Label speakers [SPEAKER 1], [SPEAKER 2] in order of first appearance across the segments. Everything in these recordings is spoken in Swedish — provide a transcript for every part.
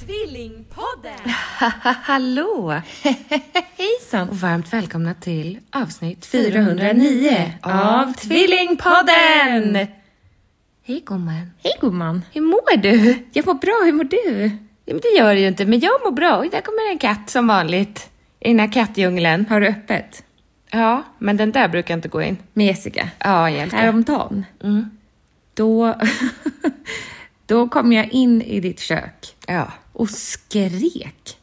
[SPEAKER 1] Tvillingpodden!
[SPEAKER 2] Hallå!
[SPEAKER 1] Hejsan!
[SPEAKER 2] Och varmt välkomna till avsnitt
[SPEAKER 1] 409
[SPEAKER 2] 409
[SPEAKER 1] av
[SPEAKER 2] av
[SPEAKER 1] Tvillingpodden!
[SPEAKER 2] Tvillingpodden! Hej gumman!
[SPEAKER 1] Hej gumman!
[SPEAKER 2] Hur mår du?
[SPEAKER 1] Jag mår bra, hur mår du?
[SPEAKER 2] Ja, men det gör du ju inte, men jag mår bra. Oj, där kommer en katt som vanligt. I den här kattdjungeln.
[SPEAKER 1] Har du öppet?
[SPEAKER 2] Ja, men den där brukar inte gå in.
[SPEAKER 1] Med Jessica?
[SPEAKER 2] Ja, Mm. hjälte.
[SPEAKER 1] Häromdagen, då, då kom jag in i ditt kök
[SPEAKER 2] Ja.
[SPEAKER 1] och skrek.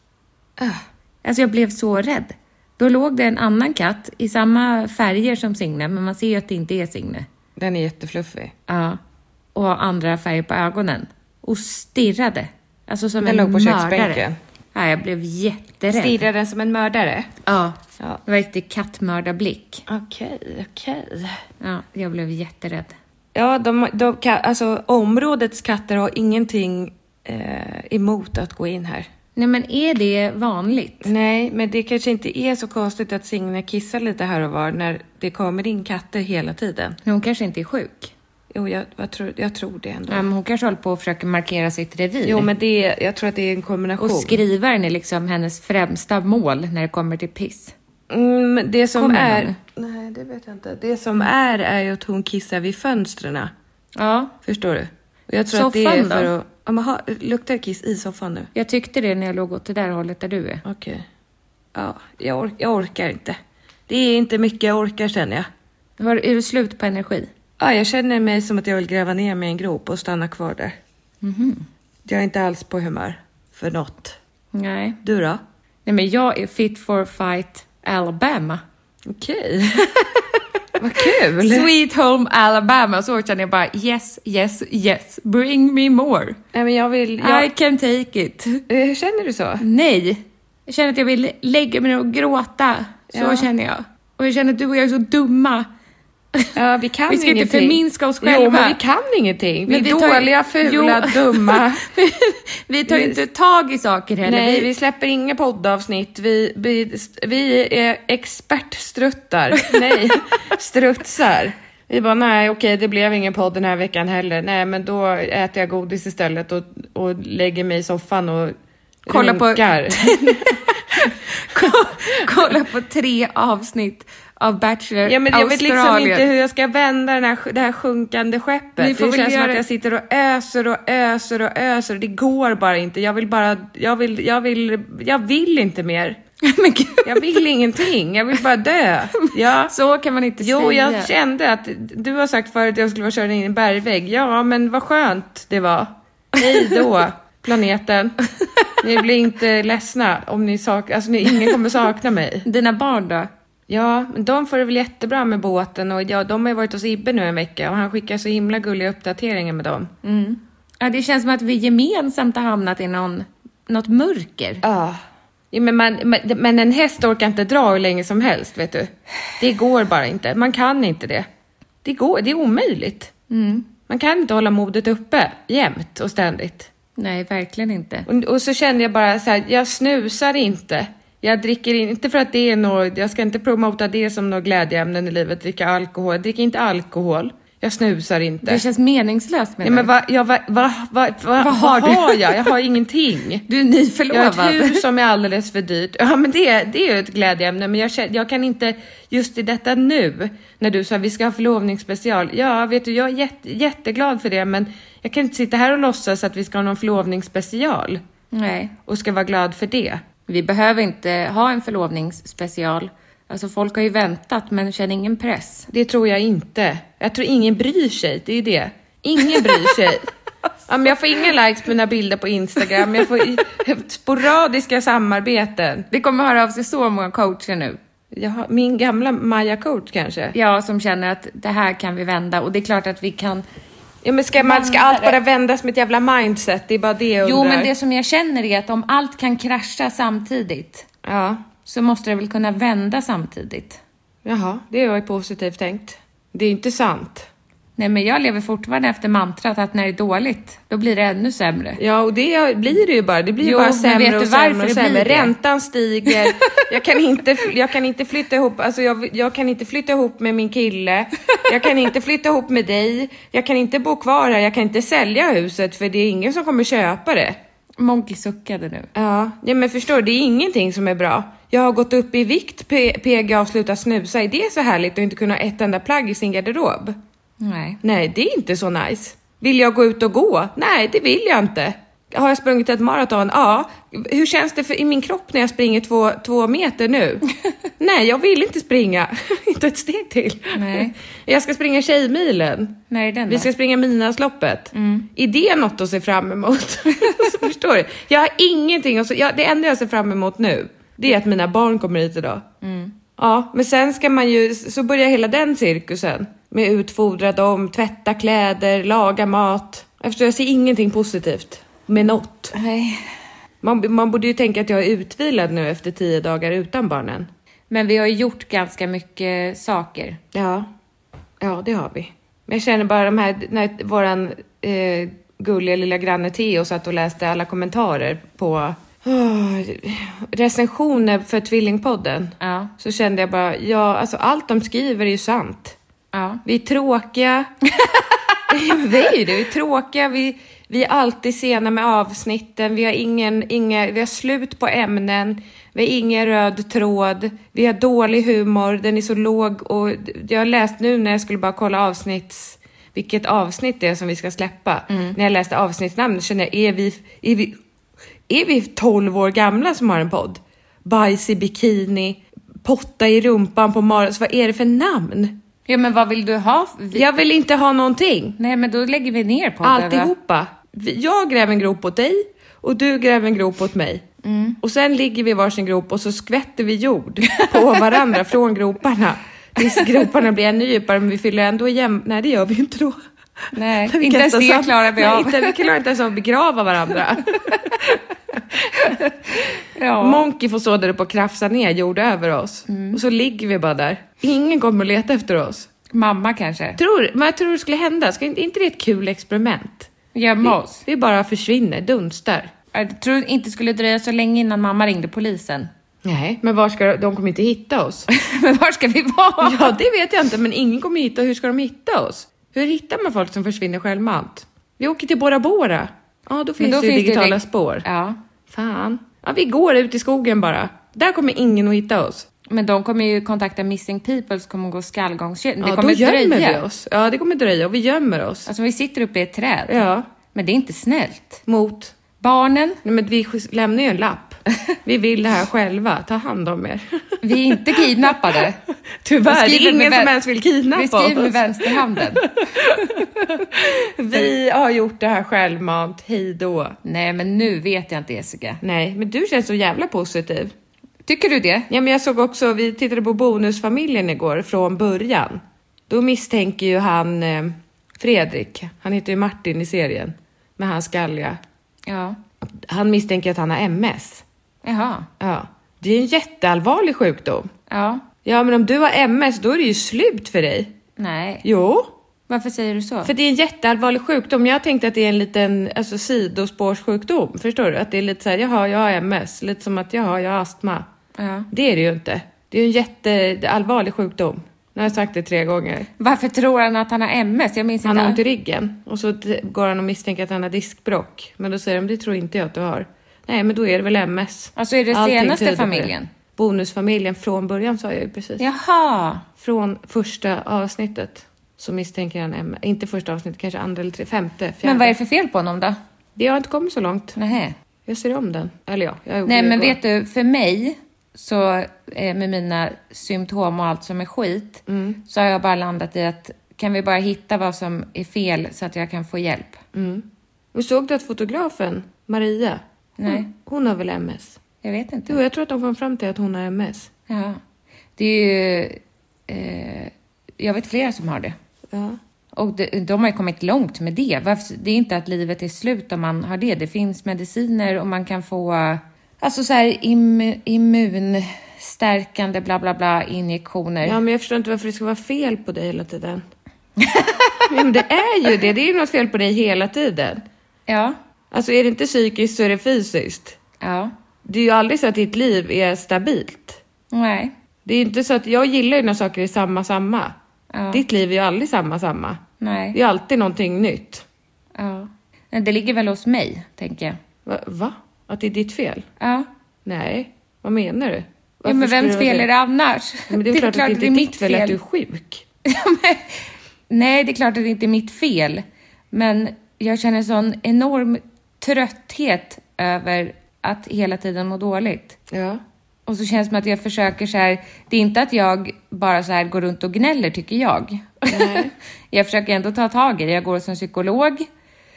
[SPEAKER 1] Alltså jag blev så rädd. Då låg det en annan katt i samma färger som Signe, men man ser ju att det inte är Signe.
[SPEAKER 2] Den är jättefluffig.
[SPEAKER 1] Ja. Och andra färger på ögonen. Och stirrade. Alltså som
[SPEAKER 2] Den
[SPEAKER 1] en
[SPEAKER 2] låg på
[SPEAKER 1] mördare.
[SPEAKER 2] köksbänken.
[SPEAKER 1] Ja, jag blev jätterädd.
[SPEAKER 2] Stirrar den som en mördare?
[SPEAKER 1] Ja.
[SPEAKER 2] Ja.
[SPEAKER 1] Det var riktigt kattmördarblick.
[SPEAKER 2] Okej, okej.
[SPEAKER 1] Ja, jag blev jätterädd.
[SPEAKER 2] Ja, de, de, ka- alltså områdets katter har ingenting eh, emot att gå in här.
[SPEAKER 1] Nej, men är det vanligt?
[SPEAKER 2] Nej, men det kanske inte är så konstigt att Signe kissar lite här och var när det kommer in katter hela tiden.
[SPEAKER 1] Hon kanske inte är sjuk.
[SPEAKER 2] Jo, jag, jag, tror, jag tror det ändå.
[SPEAKER 1] Ja, men hon kanske håller på och försöker markera sitt revir.
[SPEAKER 2] Jo, men det är, jag tror att det är en kombination.
[SPEAKER 1] Och skrivaren är liksom hennes främsta mål när det kommer till piss.
[SPEAKER 2] mm, det som
[SPEAKER 1] Kommer
[SPEAKER 2] är...
[SPEAKER 1] den?
[SPEAKER 2] Nej, det vet jag inte. Det som är är ju att hon kissar vid fönstren.
[SPEAKER 1] Ja,
[SPEAKER 2] Förstår du? Och jag tror att det är
[SPEAKER 1] Soffan då?
[SPEAKER 2] för att... Ja, men ha, luktar det kiss i soffan nu?
[SPEAKER 1] jag tyckte det när jag låg åt det där hållet där du är.
[SPEAKER 2] Okej. Ja, jag, ork, jag orkar inte. Det är inte mycket jag orkar känner jag.
[SPEAKER 1] Var, är du slut på energi?
[SPEAKER 2] Ja, jag känner mig som att jag vill gräva ner mig i en grop och stanna kvar där. Mhm. Jag är inte alls på humör för något.
[SPEAKER 1] Nej.
[SPEAKER 2] Du då?
[SPEAKER 1] Nej, men jag är fit for fight Alabama.
[SPEAKER 2] Okej. Vad kul!
[SPEAKER 1] Sweet home Alabama. Så känner jag bara yes, yes, yes. Bring me more.
[SPEAKER 2] Nej, men jag vill...
[SPEAKER 1] I
[SPEAKER 2] Jag,
[SPEAKER 1] can take it.
[SPEAKER 2] Eh, Känner du så?
[SPEAKER 1] Nej. Jag känner att jag vill lägga mig ner och gråta. Så
[SPEAKER 2] Ja.
[SPEAKER 1] känner jag. Och jag känner att du och jag är så dumma.
[SPEAKER 2] Ja, vi kan
[SPEAKER 1] Vi ska inte
[SPEAKER 2] ingenting.
[SPEAKER 1] förminska oss
[SPEAKER 2] Jo,
[SPEAKER 1] själva.
[SPEAKER 2] men vi kan ingenting. Vi är
[SPEAKER 1] Men vi tar-
[SPEAKER 2] dåliga, fula,
[SPEAKER 1] Jo.
[SPEAKER 2] dumma.
[SPEAKER 1] vi tar ju inte tag i saker heller.
[SPEAKER 2] Nej,
[SPEAKER 1] vi...
[SPEAKER 2] vi släpper inga poddavsnitt. Vi, vi, vi är expertstruttar. Nej, strutsar. Vi bara, nej okej, det blev ingen podd den här veckan heller. Nej, men då äter jag godis istället och, och lägger mig i soffan och
[SPEAKER 1] Kolla på-
[SPEAKER 2] runkar.
[SPEAKER 1] Kolla på tre avsnitt av Bachelor
[SPEAKER 2] Ja, men jag
[SPEAKER 1] Australien.
[SPEAKER 2] vet liksom inte hur jag ska vända den här, sj- det här sjunkande skeppet.
[SPEAKER 1] Ni får
[SPEAKER 2] det
[SPEAKER 1] väl
[SPEAKER 2] känns som
[SPEAKER 1] göra-
[SPEAKER 2] att jag sitter och öser och öser och öser. Det går bara inte. Jag vill bara, jag vill, jag vill, jag vill inte mer.
[SPEAKER 1] men gud.
[SPEAKER 2] Jag vill ingenting. Jag vill bara dö. Ja.
[SPEAKER 1] Så kan man inte
[SPEAKER 2] Jo,
[SPEAKER 1] säga.
[SPEAKER 2] jag kände att du har sagt förut att jag skulle vara körd in i en bergvägg. Ja, men vad skönt det var. Hej då, planeten. Ni blir inte ledsna om ni saknar, alltså ni, ingen kommer sakna mig.
[SPEAKER 1] Dina barn då?
[SPEAKER 2] Ja, men de får det väl jättebra med båten och ja, de har ju varit hos Ibbe nu en vecka och han skickar så himla gulliga uppdateringar med dem.
[SPEAKER 1] Ja, det känns som att vi gemensamt har hamnat i någon, något mörker.
[SPEAKER 2] Ja. Ja, men, man, men- men en häst orkar inte dra hur länge som helst, vet du. Det går bara inte. Man kan inte det. Det, går, det är omöjligt.
[SPEAKER 1] Mm.
[SPEAKER 2] Man kan inte hålla modet uppe jämt och ständigt.
[SPEAKER 1] Nej, verkligen inte.
[SPEAKER 2] Och, och så kände jag bara så här, jag snusar inte. Jag dricker in- inte för att det är något, jag ska inte promota det som något glädjeämnen i livet, dricka alkohol. Jag dricker inte alkohol. Jag snusar inte.
[SPEAKER 1] Det känns meningslöst menar
[SPEAKER 2] Nej, men
[SPEAKER 1] du?
[SPEAKER 2] va, ja, va, va, va, va,
[SPEAKER 1] Vad
[SPEAKER 2] vad
[SPEAKER 1] har
[SPEAKER 2] har,
[SPEAKER 1] du?
[SPEAKER 2] jag? Jag har ingenting.
[SPEAKER 1] Du är nyförlovad.
[SPEAKER 2] Jag har ett hus som är alldeles för dyrt. Ja, men det, det är ju ett glädjeämne, men jag, känner, jag kan inte just i detta nu, när du sa vi ska ha förlovningsspecial. Ja, vet du, jag är jätte, jätteglad för det, men jag kan inte sitta här och låtsas att vi ska ha någon förlovningsspecial
[SPEAKER 1] Nej.
[SPEAKER 2] och ska vara glad för det.
[SPEAKER 1] Vi behöver inte ha en förlovningsspecial. Alltså folk har ju väntat men känner ingen press.
[SPEAKER 2] Det tror jag inte. Jag tror ingen bryr sig, det är ju det. Ingen bryr sig. Ja, men jag får inga likes på mina bilder på Instagram, jag får i- sporadiska samarbeten.
[SPEAKER 1] Det kommer höra av sig så många coacher nu.
[SPEAKER 2] Jag har, min gamla Maja-coach kanske?
[SPEAKER 1] Ja, som känner att det här kan vi vända och det är klart att vi kan.
[SPEAKER 2] Ja, men ska, man, ska allt bara vändas med ett jävla mindset? Det är bara det jag
[SPEAKER 1] Jo,
[SPEAKER 2] undrar.
[SPEAKER 1] men det som jag känner är att om allt kan krascha samtidigt
[SPEAKER 2] Ja,
[SPEAKER 1] så måste det väl kunna vända samtidigt.
[SPEAKER 2] jaha, det var ju positivt tänkt. Det är inte sant.
[SPEAKER 1] Nej, men jag lever fortfarande efter mantrat att när det är dåligt, då blir det ännu sämre.
[SPEAKER 2] Ja, och det blir det ju bara. Det blir ju
[SPEAKER 1] Jo,
[SPEAKER 2] bara
[SPEAKER 1] men vet du
[SPEAKER 2] sämre och
[SPEAKER 1] varför
[SPEAKER 2] sämre och
[SPEAKER 1] det
[SPEAKER 2] sämre.
[SPEAKER 1] blir det?
[SPEAKER 2] Räntan stiger. Jag kan inte, jag kan inte flytta ihop, alltså jag, jag kan inte flytta ihop med min kille. Jag kan inte flytta ihop med dig. Jag kan inte bo kvar här. Jag kan inte sälja huset för det är ingen som kommer köpa det.
[SPEAKER 1] Monkey suckade nu.
[SPEAKER 2] Ja, ja men förstår du, det är ingenting som är bra. Jag har gått upp i vikt, P- PGA slutar snusa. Är det så härligt att inte kunna ha ett enda plagg i sin garderob?
[SPEAKER 1] Nej.
[SPEAKER 2] Nej, det är inte så nice. Vill jag gå ut och gå? Nej, det vill jag inte. Har jag sprungit ett maraton? Ja. Hur känns det för, i min kropp när jag springer två, två meter nu? Nej, jag vill inte springa. inte ett steg till.
[SPEAKER 1] Nej.
[SPEAKER 2] Jag ska springa Tjejmilen.
[SPEAKER 1] När är den
[SPEAKER 2] Vi
[SPEAKER 1] då?
[SPEAKER 2] ska springa Midnattsloppet. Är det något att se fram emot? så förstår du? Jag har ingenting att se, jag, Det enda jag ser fram emot nu, det är att mina barn kommer hit idag. Ja, men sen ska man ju, så börjar hela den cirkusen. Med utfodra dem, tvätta kläder, laga mat. Jag förstår, jag ser ingenting positivt med något.
[SPEAKER 1] Nej.
[SPEAKER 2] Man, man borde ju tänka att jag är utvilad nu efter tio dagar utan barnen.
[SPEAKER 1] Men vi har ju gjort ganska mycket saker.
[SPEAKER 2] Ja, ja det har vi. Men jag känner bara de här, när våran eh, gulliga lilla granne Theo satt och läste alla kommentarer på åh, recensioner för Tvillingpodden.
[SPEAKER 1] Ja.
[SPEAKER 2] Så kände jag bara, ja alltså allt de skriver är ju sant.
[SPEAKER 1] Ja.
[SPEAKER 2] Vi är tråkiga. vi är ju det, vi är tråkiga, vi, vi är alltid sena med avsnitten, vi har, ingen, inga, vi har slut på ämnen, vi har ingen röd tråd, vi har dålig humor, den är så låg och jag har läst nu när jag skulle bara kolla avsnitts vilket avsnitt det är som vi ska släppa. När jag läste avsnittsnamnet kände jag, är vi, är, vi, är vi 12 år gamla som har en podd? Bajs i bikini, potta i rumpan på Maras, vad är det för namn?
[SPEAKER 1] ja, men vad vill du ha? Vi...
[SPEAKER 2] Jag vill inte ha någonting.
[SPEAKER 1] Nej, men då lägger vi ner podden. va?
[SPEAKER 2] Alltihopa. Vi- Jag gräver en grop åt dig och du gräver en grop åt mig.
[SPEAKER 1] Mm.
[SPEAKER 2] Och sen ligger vi i varsin grop och så skvätter vi jord på varandra från groparna. Tills groparna blir ännu djupare men vi fyller ändå igen. Nej det gör vi ju inte då.
[SPEAKER 1] Nej,
[SPEAKER 2] Vi
[SPEAKER 1] inte ens
[SPEAKER 2] kastar
[SPEAKER 1] det
[SPEAKER 2] sam-
[SPEAKER 1] klarar vi
[SPEAKER 2] Nej,
[SPEAKER 1] av.
[SPEAKER 2] Inte, vi klarar inte ens av att begrava varandra.
[SPEAKER 1] Ja. Mm.
[SPEAKER 2] Monkey får stå där uppe och krafsa ner jord över oss. Och så ligger vi bara där. Ingen kommer att leta efter oss.
[SPEAKER 1] Mamma kanske?
[SPEAKER 2] Tror, vad tror du skulle hända? Ska, inte, inte det ett kul experiment?
[SPEAKER 1] Gömma oss?
[SPEAKER 2] Vi bara försvinner, dunstar.
[SPEAKER 1] Jag tror inte det skulle dröja så länge innan mamma ringde polisen.
[SPEAKER 2] Nej, men var ska de kommer inte hitta oss?
[SPEAKER 1] men var ska vi vara?
[SPEAKER 2] ja, det vet jag inte, men ingen kommer hitta. Hur ska de hitta oss? Hur hittar man folk som försvinner självmant? Vi åker till Bora Bora. Ja, då finns
[SPEAKER 1] då
[SPEAKER 2] det ju
[SPEAKER 1] finns det
[SPEAKER 2] digitala
[SPEAKER 1] direkt-
[SPEAKER 2] spår.
[SPEAKER 1] Ja.
[SPEAKER 2] Fan. Ja, vi går ut i skogen bara. Där kommer ingen att hitta oss.
[SPEAKER 1] Men de kommer ju kontakta Missing People som kommer gå skallgångskedjan.
[SPEAKER 2] Ja,
[SPEAKER 1] det kommer
[SPEAKER 2] då gömmer
[SPEAKER 1] dröja.
[SPEAKER 2] vi oss. Ja, det kommer dröja och vi gömmer oss.
[SPEAKER 1] Alltså vi sitter uppe i ett träd.
[SPEAKER 2] Ja,
[SPEAKER 1] Men det är inte snällt.
[SPEAKER 2] mot.
[SPEAKER 1] Barnen,
[SPEAKER 2] Nej, men vi skis- lämnar ju en lapp. Vi vill det här själva. Ta hand om er.
[SPEAKER 1] vi är inte kidnappade.
[SPEAKER 2] Tyvärr,
[SPEAKER 1] Vi
[SPEAKER 2] det
[SPEAKER 1] skriver
[SPEAKER 2] är ingen
[SPEAKER 1] med vän-
[SPEAKER 2] som ens vill
[SPEAKER 1] Vi
[SPEAKER 2] kidnappa
[SPEAKER 1] skriver med
[SPEAKER 2] oss.
[SPEAKER 1] vänsterhanden.
[SPEAKER 2] Vi har gjort det här självmant, hej då.
[SPEAKER 1] Nej, men nu vet jag inte Jessica.
[SPEAKER 2] Nej, men du känns så jävla positiv.
[SPEAKER 1] Tycker du det?
[SPEAKER 2] Ja, men jag såg också, vi tittade på Bonusfamiljen igår från början. Då misstänker ju han eh, Fredrik, han heter ju Martin i serien, med hans skalliga.
[SPEAKER 1] Ja.
[SPEAKER 2] Han misstänker att han har MS.
[SPEAKER 1] Jaha.
[SPEAKER 2] Ja, det är ju en jätteallvarlig sjukdom.
[SPEAKER 1] Ja.
[SPEAKER 2] Ja, men om du har MS, då är det ju slut för dig.
[SPEAKER 1] Nej.
[SPEAKER 2] Jo,
[SPEAKER 1] Varför säger du så?
[SPEAKER 2] För det är en jätteallvarlig sjukdom. Jag tänkte att det är en liten alltså, sidospårssjukdom. Förstår du? Att det är lite så här, jaha, jag har MS. Lite som att, jaha, jag har astma.
[SPEAKER 1] Ja.
[SPEAKER 2] Det är det ju inte. Det är ju en jätteallvarlig sjukdom. Nu har jag sagt det tre gånger.
[SPEAKER 1] Varför tror han att han har MS? Jag minns
[SPEAKER 2] Han
[SPEAKER 1] inte.
[SPEAKER 2] har ont i ryggen och så t- går han och misstänker att han har diskbråck. Men då säger de, det tror inte jag att du har. Nej, men då är det väl MS.
[SPEAKER 1] Alltså, är det senaste
[SPEAKER 2] tyder på
[SPEAKER 1] familjen?
[SPEAKER 2] det. Bonusfamiljen från början sa jag ju precis.
[SPEAKER 1] Jaha.
[SPEAKER 2] Från första avsnittet så misstänker han MS. Inte första avsnittet, kanske andra eller tre, femte, fjärde.
[SPEAKER 1] Men vad är det för fel på honom då?
[SPEAKER 2] Det har inte kommit så långt.
[SPEAKER 1] Nähä.
[SPEAKER 2] Jag ser om den. Eller ja, jag gjorde
[SPEAKER 1] Nej,
[SPEAKER 2] det
[SPEAKER 1] men
[SPEAKER 2] igår.
[SPEAKER 1] vet du, för mig, så eh, med mina symptom och allt som är skit,
[SPEAKER 2] Mm.
[SPEAKER 1] så har jag bara landat i att kan vi bara hitta vad som är fel så att jag kan få hjälp?
[SPEAKER 2] Mm. Och såg du att fotografen, Maria,
[SPEAKER 1] Nej.
[SPEAKER 2] Hon, hon har väl MS?
[SPEAKER 1] Jag vet inte.
[SPEAKER 2] Jo, jag tror att de kom fram till att hon har MS.
[SPEAKER 1] Ja. Det är ju... Eh, jag vet flera som har det.
[SPEAKER 2] Ja.
[SPEAKER 1] Och de, de har ju kommit långt med det. Varför, det är inte att livet är slut om man har det. Det finns mediciner och man kan få eh, alltså så här im, immunstärkande bla bla bla injektioner.
[SPEAKER 2] Ja, men jag förstår inte varför det ska vara fel på dig hela tiden. Nej, men det är ju det. Det är ju något fel på dig hela tiden.
[SPEAKER 1] Ja.
[SPEAKER 2] Alltså är det inte psykiskt så är det fysiskt.
[SPEAKER 1] ja.
[SPEAKER 2] Det är ju aldrig så att ditt liv är stabilt.
[SPEAKER 1] Nej.
[SPEAKER 2] Det är ju inte så att jag gillar ju när saker är samma, samma.
[SPEAKER 1] Ja.
[SPEAKER 2] Ditt liv är ju aldrig samma, samma.
[SPEAKER 1] Nej.
[SPEAKER 2] Det är alltid någonting nytt.
[SPEAKER 1] Ja. Nej, Det ligger väl hos mig, tänker jag.
[SPEAKER 2] Va? Va? Att det är ditt fel?
[SPEAKER 1] Ja.
[SPEAKER 2] Nej, vad menar du?
[SPEAKER 1] ja men vems fel är det annars?
[SPEAKER 2] Men det är klart, att det inte är ditt fel att du är sjuk.
[SPEAKER 1] Ja, men- Nej, det är klart att det inte är mitt fel. Men jag känner sån enorm trötthet över att hela tiden må dåligt.
[SPEAKER 2] Ja.
[SPEAKER 1] Och så känns det som att jag försöker så här, det är inte att jag bara så här går runt och gnäller tycker jag. jag försöker ändå ta tag i det. Jag går som psykolog.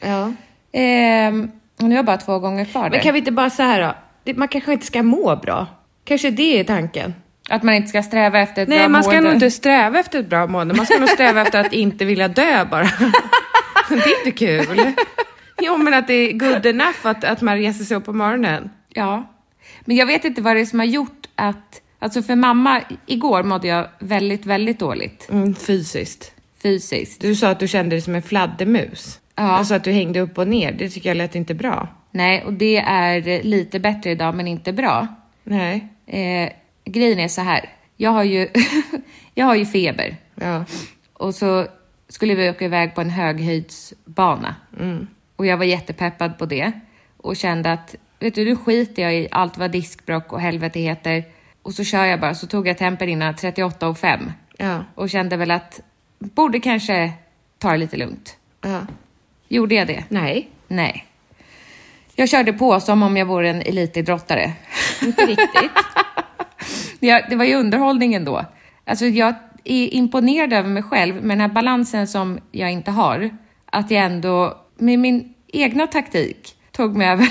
[SPEAKER 2] ja.
[SPEAKER 1] Ehm, och nu har jag bara två gånger kvar
[SPEAKER 2] Men
[SPEAKER 1] där.
[SPEAKER 2] kan vi inte bara så här då? Det- Man kanske inte ska må bra. Kanske det är tanken.
[SPEAKER 1] Att man inte ska sträva efter ett
[SPEAKER 2] Nej,
[SPEAKER 1] bra
[SPEAKER 2] man ska
[SPEAKER 1] mående.
[SPEAKER 2] nog inte sträva efter ett bra mående. Man ska nog sträva efter att inte vilja dö bara. det är inte kul. Jo, men att det är good enough att, att man reser sig upp på morgonen.
[SPEAKER 1] Ja. Men jag vet inte vad det är som har gjort att... Alltså för mamma, igår mådde jag väldigt, väldigt dåligt.
[SPEAKER 2] Mm, fysiskt.
[SPEAKER 1] Fysiskt.
[SPEAKER 2] Du sa att du kände dig som en fladdermus.
[SPEAKER 1] Ja.
[SPEAKER 2] Alltså att du hängde upp och ner. Det tycker jag lät inte bra.
[SPEAKER 1] Nej, och det är lite bättre idag, men inte bra.
[SPEAKER 2] Nej.
[SPEAKER 1] Eh, grejen är så här. Jag har ju, jag har ju feber.
[SPEAKER 2] Ja.
[SPEAKER 1] Och så skulle vi åka iväg på en höghöjdsbana.
[SPEAKER 2] Mm.
[SPEAKER 1] Och jag var jättepeppad på det. Och kände att, vet du, nu skiter jag i allt vad diskbråck och helvete heter. Och så kör jag bara. Så tog jag tempen innan 38,5.
[SPEAKER 2] Ja.
[SPEAKER 1] Och kände väl att, borde kanske ta det lite lugnt.
[SPEAKER 2] ja.
[SPEAKER 1] Gjorde jag det?
[SPEAKER 2] Nej.
[SPEAKER 1] Nej. Jag körde på som om jag vore en elitidrottare.
[SPEAKER 2] Inte riktigt.
[SPEAKER 1] Ja, det var ju underhållningen då. Alltså jag är imponerad över mig själv med den här balansen som jag inte har. Att jag ändå med min egna taktik tog mig över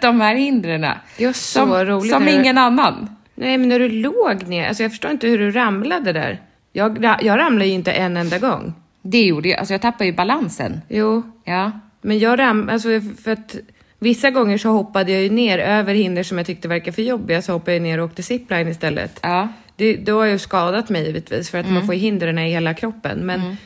[SPEAKER 1] de här hindren.
[SPEAKER 2] Det var så
[SPEAKER 1] som,
[SPEAKER 2] roligt
[SPEAKER 1] Som
[SPEAKER 2] när du-
[SPEAKER 1] ingen annan.
[SPEAKER 2] Nej, men när du låg ner. Alltså jag förstår inte hur du ramlade där. Jag, ra- jag ramlade ju inte en enda gång.
[SPEAKER 1] Det gjorde jag. Alltså jag tappade ju balansen.
[SPEAKER 2] Jo,
[SPEAKER 1] Ja.
[SPEAKER 2] men jag ram... Alltså för att vissa gånger så hoppade jag ju ner över hinder som jag tyckte verkade för jobbiga. Så hoppade jag ner och åkte zipline istället.
[SPEAKER 1] Ja.
[SPEAKER 2] Det, då har jag ju skadat mig givetvis för att man får ju hindren i hela kroppen. Men,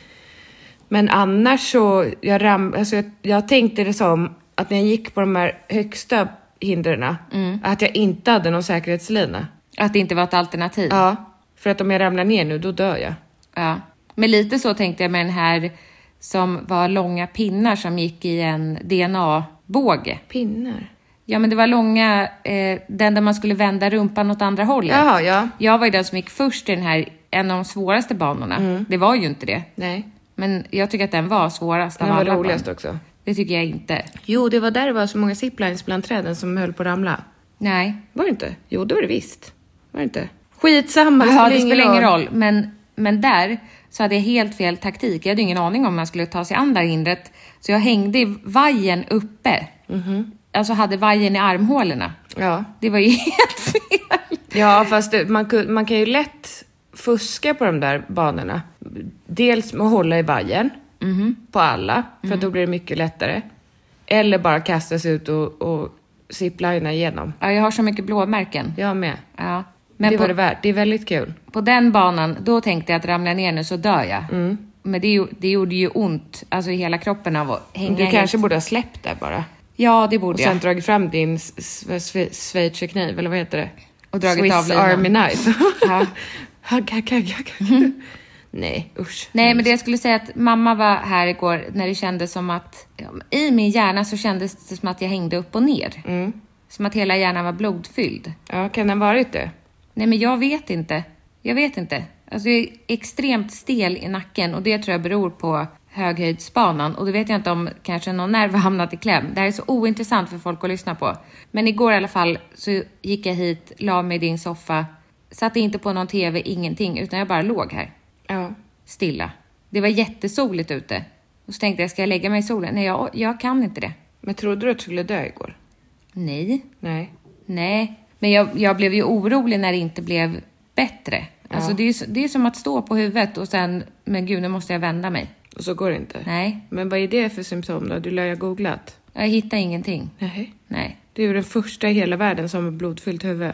[SPEAKER 2] men annars så, jag, ram, alltså jag, jag tänkte det som att när jag gick på de här högsta hindren, att jag inte hade någon säkerhetslina.
[SPEAKER 1] Att det inte var ett alternativ.
[SPEAKER 2] Ja, för att om jag ramlar ner nu, då dör jag.
[SPEAKER 1] Ja. Men lite så tänkte jag med den här som var långa pinnar som gick i en DNA-båge.
[SPEAKER 2] Pinnar?
[SPEAKER 1] Ja, men det var långa, eh, den där man skulle vända rumpan åt andra hållet.
[SPEAKER 2] Jaha, ja.
[SPEAKER 1] Jag var ju den som gick först i den här, en av de svåraste banorna.
[SPEAKER 2] Mm.
[SPEAKER 1] Det var ju inte det.
[SPEAKER 2] Nej.
[SPEAKER 1] Men jag tycker att den var svårast
[SPEAKER 2] Den
[SPEAKER 1] av
[SPEAKER 2] var
[SPEAKER 1] alla
[SPEAKER 2] roligast
[SPEAKER 1] barn.
[SPEAKER 2] också.
[SPEAKER 1] Det tycker jag inte.
[SPEAKER 2] Jo, det var där det var så många ziplines bland träden som höll på att ramla.
[SPEAKER 1] Nej.
[SPEAKER 2] Var det inte? Jo, det var det visst. Var det inte? Skitsamma,
[SPEAKER 1] Ja, det spelar ingen roll. Men, men där så hade jag helt fel taktik. Jag hade ingen aning om man skulle ta sig an det här hindret. Så jag hängde i vajern uppe.
[SPEAKER 2] Mm-hmm.
[SPEAKER 1] Alltså hade vajern i armhålorna.
[SPEAKER 2] Ja.
[SPEAKER 1] Det var ju helt fel.
[SPEAKER 2] Ja, fast det, man, ku- man kan ju lätt fuska på de där banorna. Dels med att hålla i vajern
[SPEAKER 1] Mhm.
[SPEAKER 2] på alla, för då blir det mycket lättare. Eller bara kasta sig ut och, och ziplina igenom.
[SPEAKER 1] Ja, jag har så mycket blåmärken.
[SPEAKER 2] Jag med.
[SPEAKER 1] Ja.
[SPEAKER 2] Men det
[SPEAKER 1] på,
[SPEAKER 2] var det värt. Det är väldigt kul.
[SPEAKER 1] på den banan, då tänkte jag att ramlar jag ner nu så dör jag.
[SPEAKER 2] Mm.
[SPEAKER 1] Men det, gjo- det gjorde ju ont, alltså i hela kroppen av att hänga
[SPEAKER 2] Du
[SPEAKER 1] i-
[SPEAKER 2] kanske borde ha släppt det bara.
[SPEAKER 1] Ja, det borde
[SPEAKER 2] Och sen
[SPEAKER 1] jag.
[SPEAKER 2] dragit fram din s- s- sve- schweizerkniv, eller vad heter det?
[SPEAKER 1] Och dragit
[SPEAKER 2] Swiss
[SPEAKER 1] av linan.
[SPEAKER 2] Army knife.
[SPEAKER 1] Ja.
[SPEAKER 2] Hugg, hugg, hugg, hugg.
[SPEAKER 1] Nej.
[SPEAKER 2] Usch.
[SPEAKER 1] Nej, men det jag skulle säga att mamma var här igår när det kändes som att... ja, I min hjärna så kändes det som att jag hängde upp och ner.
[SPEAKER 2] Mm.
[SPEAKER 1] Som att hela hjärnan var blodfylld.
[SPEAKER 2] Ja, kan den varit det?
[SPEAKER 1] Nej, men jag vet inte. Jag vet inte. Alltså, jag är extremt stel i nacken och det tror jag beror på höghöjdsbanan. Och det vet jag inte om kanske någon nerv har hamnat i kläm. Det här är så ointressant för folk att lyssna på. Men igår i alla fall så gick jag hit, la mig i din soffa, satte inte på någon TV, ingenting, utan jag bara låg här
[SPEAKER 2] Ja.
[SPEAKER 1] stilla. Det var jättesoligt ute. Och så tänkte jag, ska jag lägga mig i solen? Nej, jag, jag kan inte det.
[SPEAKER 2] Men trodde du att du skulle dö igår?
[SPEAKER 1] Nej,
[SPEAKER 2] Nej.
[SPEAKER 1] nej. Men jag, jag blev ju orolig när det inte blev bättre. Alltså det är, ju så- det är som att stå på huvudet och sen, men gud nu måste jag vända mig.
[SPEAKER 2] Och så går det inte?
[SPEAKER 1] Nej,
[SPEAKER 2] Men vad är det för symptom då? Du lär ju ha googlat.
[SPEAKER 1] jag hittar ingenting.
[SPEAKER 2] Nej.
[SPEAKER 1] Nej.
[SPEAKER 2] Du är ju den första i hela världen som har blodfyllt huvud.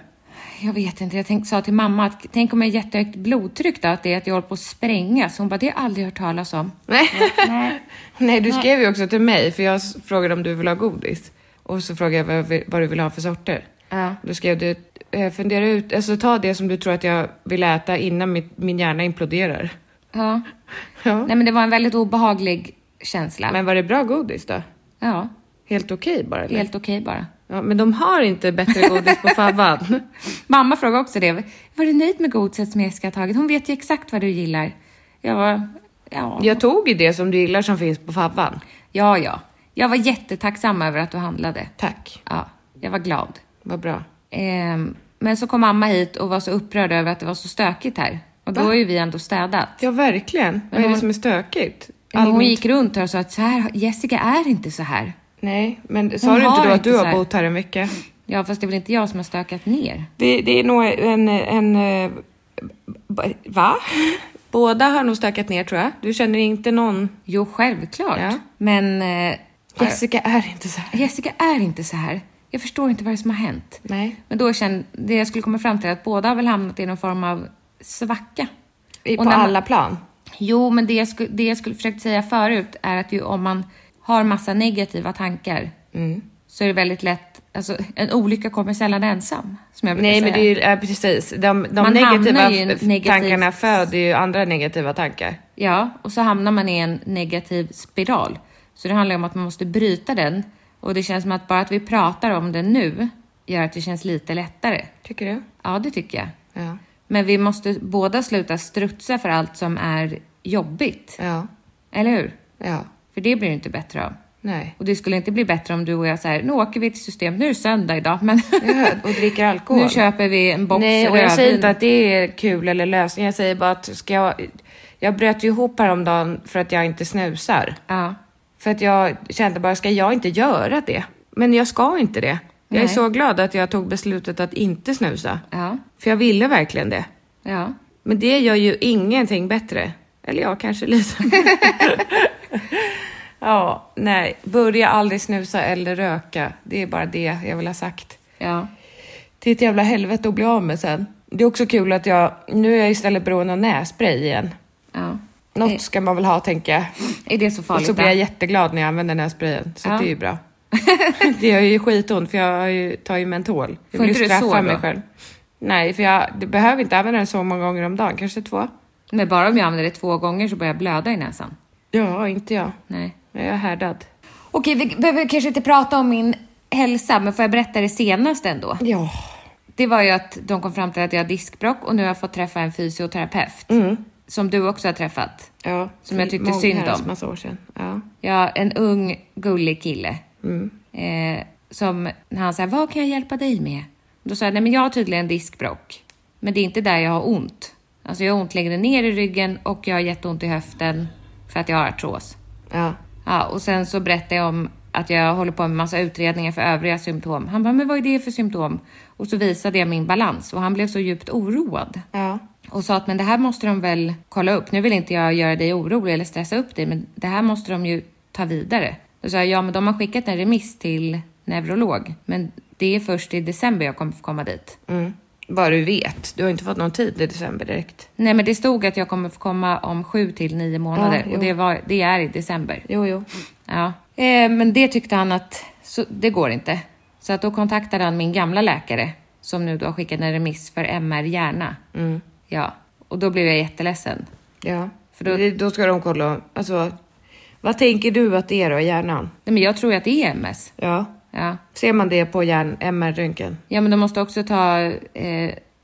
[SPEAKER 1] Jag vet inte, jag tänk, sa till mamma att tänk om jag har jättehögt blodtryck då, att det är att jag håller på att sprängas. Hon bara, det har jag aldrig hört talas om.
[SPEAKER 2] Nej.
[SPEAKER 1] Nej.
[SPEAKER 2] Nej, du skrev ju också till mig, för jag s- frågade om du vill ha godis. Och så frågade jag vad, jag vill- vad du vill ha för sorter.
[SPEAKER 1] Ja.
[SPEAKER 2] Då skrev du, eh, fundera ut, alltså ta det som du tror att jag vill äta innan mitt, min hjärna imploderar.
[SPEAKER 1] Ja.
[SPEAKER 2] Ja.
[SPEAKER 1] Nej men det var en väldigt obehaglig känsla.
[SPEAKER 2] Men var det bra godis då?
[SPEAKER 1] ja,
[SPEAKER 2] Helt okej bara eller?
[SPEAKER 1] helt okej bara.
[SPEAKER 2] Ja, men de har inte bättre godis på favvan.
[SPEAKER 1] Mamma frågade också det. Var du nöjd med godiset som Jessica har tagit? Hon vet ju exakt vad du gillar. Jag var... Ja,
[SPEAKER 2] Jag tog ju det som du gillar som finns på favvan.
[SPEAKER 1] ja. ja. Jag var jättetacksam över att du handlade.
[SPEAKER 2] Tack,
[SPEAKER 1] Ja, jag var glad.
[SPEAKER 2] vad bra.
[SPEAKER 1] Ehm, men så kom mamma hit och var så upprörd över att det var så stökigt här. Och då är ju vi ändå städat.
[SPEAKER 2] Ja, verkligen. Vad är det som är stökigt?
[SPEAKER 1] Men hon
[SPEAKER 2] Allmänt-
[SPEAKER 1] gick runt här och sa att så här, Jessica är inte så här.
[SPEAKER 2] Nej, men sa
[SPEAKER 1] Hon
[SPEAKER 2] du inte
[SPEAKER 1] har
[SPEAKER 2] då att
[SPEAKER 1] inte
[SPEAKER 2] du
[SPEAKER 1] så
[SPEAKER 2] har
[SPEAKER 1] här.
[SPEAKER 2] bott här en vecka?
[SPEAKER 1] Ja, fast det är väl inte jag som har stökat ner.
[SPEAKER 2] Det, det är nog en... en eh, b- va? Båda har nog stökat ner tror jag. Du känner inte någon...
[SPEAKER 1] Jo, självklart.
[SPEAKER 2] Ja.
[SPEAKER 1] Men eh,
[SPEAKER 2] Jessica är inte så här.
[SPEAKER 1] Jessica är inte så här. Jag förstår inte vad det är som har hänt.
[SPEAKER 2] Nej.
[SPEAKER 1] Men då kände, det jag skulle komma fram till är att båda har väl hamnat i någon form av svacka.
[SPEAKER 2] I-
[SPEAKER 1] Och
[SPEAKER 2] På
[SPEAKER 1] när man-
[SPEAKER 2] alla plan.
[SPEAKER 1] Jo, men det jag, sku, det jag skulle försökt säga förut är att ju om man har massa negativa tankar
[SPEAKER 2] Mm.
[SPEAKER 1] så är det väldigt lätt, alltså en olycka kommer sällan ensam. Som jag brukar
[SPEAKER 2] Nej,
[SPEAKER 1] säga.
[SPEAKER 2] men det är ju ja, precis. De, de
[SPEAKER 1] Man
[SPEAKER 2] negativa
[SPEAKER 1] hamnar ju i en
[SPEAKER 2] f-
[SPEAKER 1] negativ-
[SPEAKER 2] tankarna föder ju andra negativa tankar.
[SPEAKER 1] Ja, och så hamnar man i en negativ spiral. Så det handlar om att man måste bryta den och det känns som att bara att vi pratar om den nu gör att det känns lite lättare.
[SPEAKER 2] Tycker du?
[SPEAKER 1] Ja, det tycker jag.
[SPEAKER 2] Ja.
[SPEAKER 1] Men vi måste båda sluta strutsa för allt som är jobbigt.
[SPEAKER 2] Ja.
[SPEAKER 1] Eller hur?
[SPEAKER 2] Ja.
[SPEAKER 1] För det blir det inte bättre av.
[SPEAKER 2] Nej.
[SPEAKER 1] Och det skulle inte bli bättre om du och jag säger, nu åker vi till systemet, nu är det söndag idag, men
[SPEAKER 2] Ja, och dricker alkohol.
[SPEAKER 1] nu köper vi en box
[SPEAKER 2] Nej, och jag
[SPEAKER 1] rödvin."
[SPEAKER 2] säger inte att det är kul eller lösning. Jag säger bara att ska jag... Jag bröt ju ihop häromdagen för att jag inte snusar.
[SPEAKER 1] Ja.
[SPEAKER 2] För att jag kände bara, ska jag inte göra det? Men jag ska inte det. Jag är
[SPEAKER 1] Nej.
[SPEAKER 2] så glad att jag tog beslutet att inte snusa.
[SPEAKER 1] Ja.
[SPEAKER 2] För jag ville verkligen det.
[SPEAKER 1] Ja.
[SPEAKER 2] Men det gör ju ingenting bättre. Eller jag kanske lite. ja, nej. Börja aldrig snusa eller röka. Det är bara det jag vill ha sagt.
[SPEAKER 1] Ja.
[SPEAKER 2] Det är ett jävla helvete att bli av med sen. Det är också kul att jag, nu är jag istället beroende av nässpray igen.
[SPEAKER 1] Ja.
[SPEAKER 2] Något ska man väl ha tänker jag.
[SPEAKER 1] Är det så
[SPEAKER 2] Och
[SPEAKER 1] farligt?
[SPEAKER 2] så blir
[SPEAKER 1] då?
[SPEAKER 2] jag jätteglad när jag använder den här sprayen, så
[SPEAKER 1] Ja.
[SPEAKER 2] det är ju bra. det gör ju skitont för jag har ju, tar ju mentol. Jag
[SPEAKER 1] Får
[SPEAKER 2] vill
[SPEAKER 1] inte
[SPEAKER 2] ju
[SPEAKER 1] du
[SPEAKER 2] straffa
[SPEAKER 1] sår
[SPEAKER 2] mig
[SPEAKER 1] då?
[SPEAKER 2] själv. Nej, för jag det behöver inte använda den så många gånger om dagen, kanske två.
[SPEAKER 1] Men bara om jag använder det två gånger så börjar jag blöda i näsan.
[SPEAKER 2] Ja, inte jag.
[SPEAKER 1] Nej.
[SPEAKER 2] Jag är härdad.
[SPEAKER 1] Okej, vi behöver kanske inte prata om min hälsa, men får jag berätta det senaste ändå?
[SPEAKER 2] Ja.
[SPEAKER 1] Det var ju att de kom fram till att jag har diskbråck och nu har jag fått träffa en fysioterapeut. Som du också har träffat.
[SPEAKER 2] Mm. ja.
[SPEAKER 1] Som jag tyckte
[SPEAKER 2] Många
[SPEAKER 1] synd om.
[SPEAKER 2] herrans massa år sedan. Ja.
[SPEAKER 1] Ja, en ung gullig kille.
[SPEAKER 2] Mm.
[SPEAKER 1] Eh, som när han sa, vad kan jag hjälpa dig med? Då sa jag, nej men jag har tydligen diskbråck. Men det är inte där jag har ont. Alltså jag har ont längre ner i ryggen och jag har jätteont i höften för att jag har artros.
[SPEAKER 2] ja.
[SPEAKER 1] Ja, och sen så berättade jag om att jag håller på med massa utredningar för övriga symptom. Han bara, men vad är det för symptom? Och så visade jag min balans och han blev så djupt oroad.
[SPEAKER 2] Ja.
[SPEAKER 1] Och sa att men det här måste de väl kolla upp. Nu vill inte jag göra dig orolig eller stressa upp dig, men det här måste de ju ta vidare. Då sa jag, ja men de har skickat en remiss till neurolog, men det är först i december jag kommer få komma dit.
[SPEAKER 2] Mm. Bara du vet. Du har inte fått någon tid i december direkt.
[SPEAKER 1] Nej, men det stod att jag kommer få komma om sju till nio månader
[SPEAKER 2] Ja, jo.
[SPEAKER 1] och det, var, det är i december.
[SPEAKER 2] Jo, jo.
[SPEAKER 1] Ja, eh, men det tyckte han att så, det går inte. Så att då kontaktade han min gamla läkare Mm. som nu då har skickat en remiss för MR hjärna. Ja, och då blev jag jätteledsen.
[SPEAKER 2] Ja, för då, då ska de kolla. Alltså, vad tänker du att det är då i hjärnan?
[SPEAKER 1] Nej, men jag tror ju att det är MS.
[SPEAKER 2] Ja.
[SPEAKER 1] Ja.
[SPEAKER 2] Ser man det på hjärn MR-röntgen?
[SPEAKER 1] Ja, men de måste också ta eh,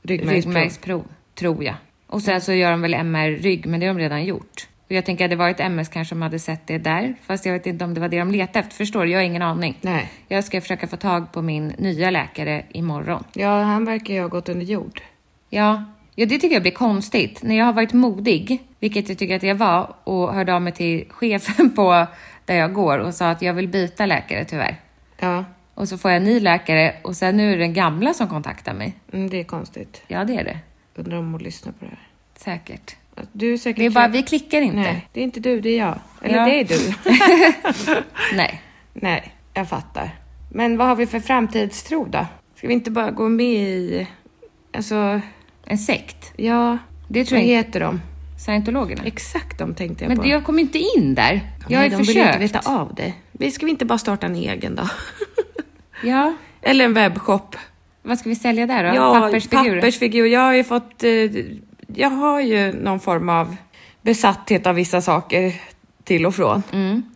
[SPEAKER 2] Ryggmärgsprov.
[SPEAKER 1] ryggmärgsprov. tror jag. Och sen så gör de väl MR-rygg, men det har de redan gjort. Och jag tänker, hade det varit MS kanske de hade sett det där, fast jag vet inte om det var det de letade efter. Förstår du? Jag har ingen aning.
[SPEAKER 2] Nej.
[SPEAKER 1] Jag ska försöka få tag på min nya läkare imorgon.
[SPEAKER 2] Ja, han verkar ju ha gått under jord.
[SPEAKER 1] Ja, ja det tycker jag blir konstigt. När jag har varit modig, vilket jag tycker att jag var, och hörde av mig till chefen på där jag går och sa att jag vill byta läkare tyvärr.
[SPEAKER 2] Ja,
[SPEAKER 1] Och så får jag en ny läkare och sen nu är det den gamla som kontaktar mig.
[SPEAKER 2] mm, det är konstigt.
[SPEAKER 1] Ja, det är det.
[SPEAKER 2] Undrar om hon lyssnar på det här.
[SPEAKER 1] Säkert.
[SPEAKER 2] Du är säkert...
[SPEAKER 1] Det är bara, vi klickar inte.
[SPEAKER 2] Nej, det är inte du, det är jag. Eller
[SPEAKER 1] Ja.
[SPEAKER 2] det är du.
[SPEAKER 1] Nej.
[SPEAKER 2] Nej, jag fattar. Men vad har vi för framtidstro då? Ska vi inte bara gå med i... Alltså,
[SPEAKER 1] En sekt.
[SPEAKER 2] ja...
[SPEAKER 1] Det tror
[SPEAKER 2] vad
[SPEAKER 1] jag-
[SPEAKER 2] heter de?
[SPEAKER 1] Scientologerna.
[SPEAKER 2] Exakt de tänkte jag
[SPEAKER 1] Men
[SPEAKER 2] på.
[SPEAKER 1] det- jag kom inte in där. Jag har
[SPEAKER 2] Nej,
[SPEAKER 1] ju
[SPEAKER 2] de
[SPEAKER 1] försökt.
[SPEAKER 2] vill inte veta av dig. Vi ska vi inte bara starta en egen då?
[SPEAKER 1] Ja.
[SPEAKER 2] Eller en webbshop.
[SPEAKER 1] Vad ska vi sälja där då?
[SPEAKER 2] Ja,
[SPEAKER 1] Pappersfigurer?
[SPEAKER 2] pappersfigur. Jag har ju fått... Eh, jag har ju någon form av besatthet av vissa saker till och från.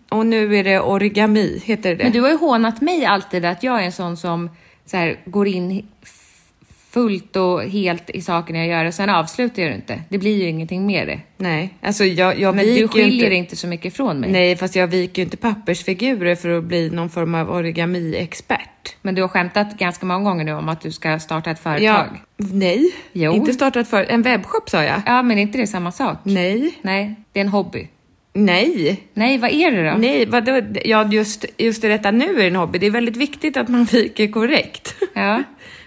[SPEAKER 2] Och nu är det origami, heter det.
[SPEAKER 1] Mm. Men du har ju hånat mig alltid att jag är en sån som så här, går in f- fullt och helt i saker jag gör och sen avslutar jag det inte. Det blir ju ingenting med det.
[SPEAKER 2] Nej, alltså jag, jag
[SPEAKER 1] Men
[SPEAKER 2] viker ju
[SPEAKER 1] du skiljer
[SPEAKER 2] inte.
[SPEAKER 1] dig inte så mycket från mig.
[SPEAKER 2] Nej, fast jag viker ju inte pappersfigurer för att bli någon form av origami-expert.
[SPEAKER 1] Men du har skämtat ganska många gånger nu om att du ska starta ett
[SPEAKER 2] Ja,
[SPEAKER 1] företag.
[SPEAKER 2] nej,
[SPEAKER 1] Jo.
[SPEAKER 2] inte startat för En webbshop sa jag.
[SPEAKER 1] Ja, men är inte det samma sak?
[SPEAKER 2] Nej,
[SPEAKER 1] Nej, det är en hobby.
[SPEAKER 2] nej.
[SPEAKER 1] Nej, vad är det då?
[SPEAKER 2] Nej, vadå? Ja, just, just det detta nu är en hobby. Det är väldigt viktigt att man viker korrekt.
[SPEAKER 1] Ja.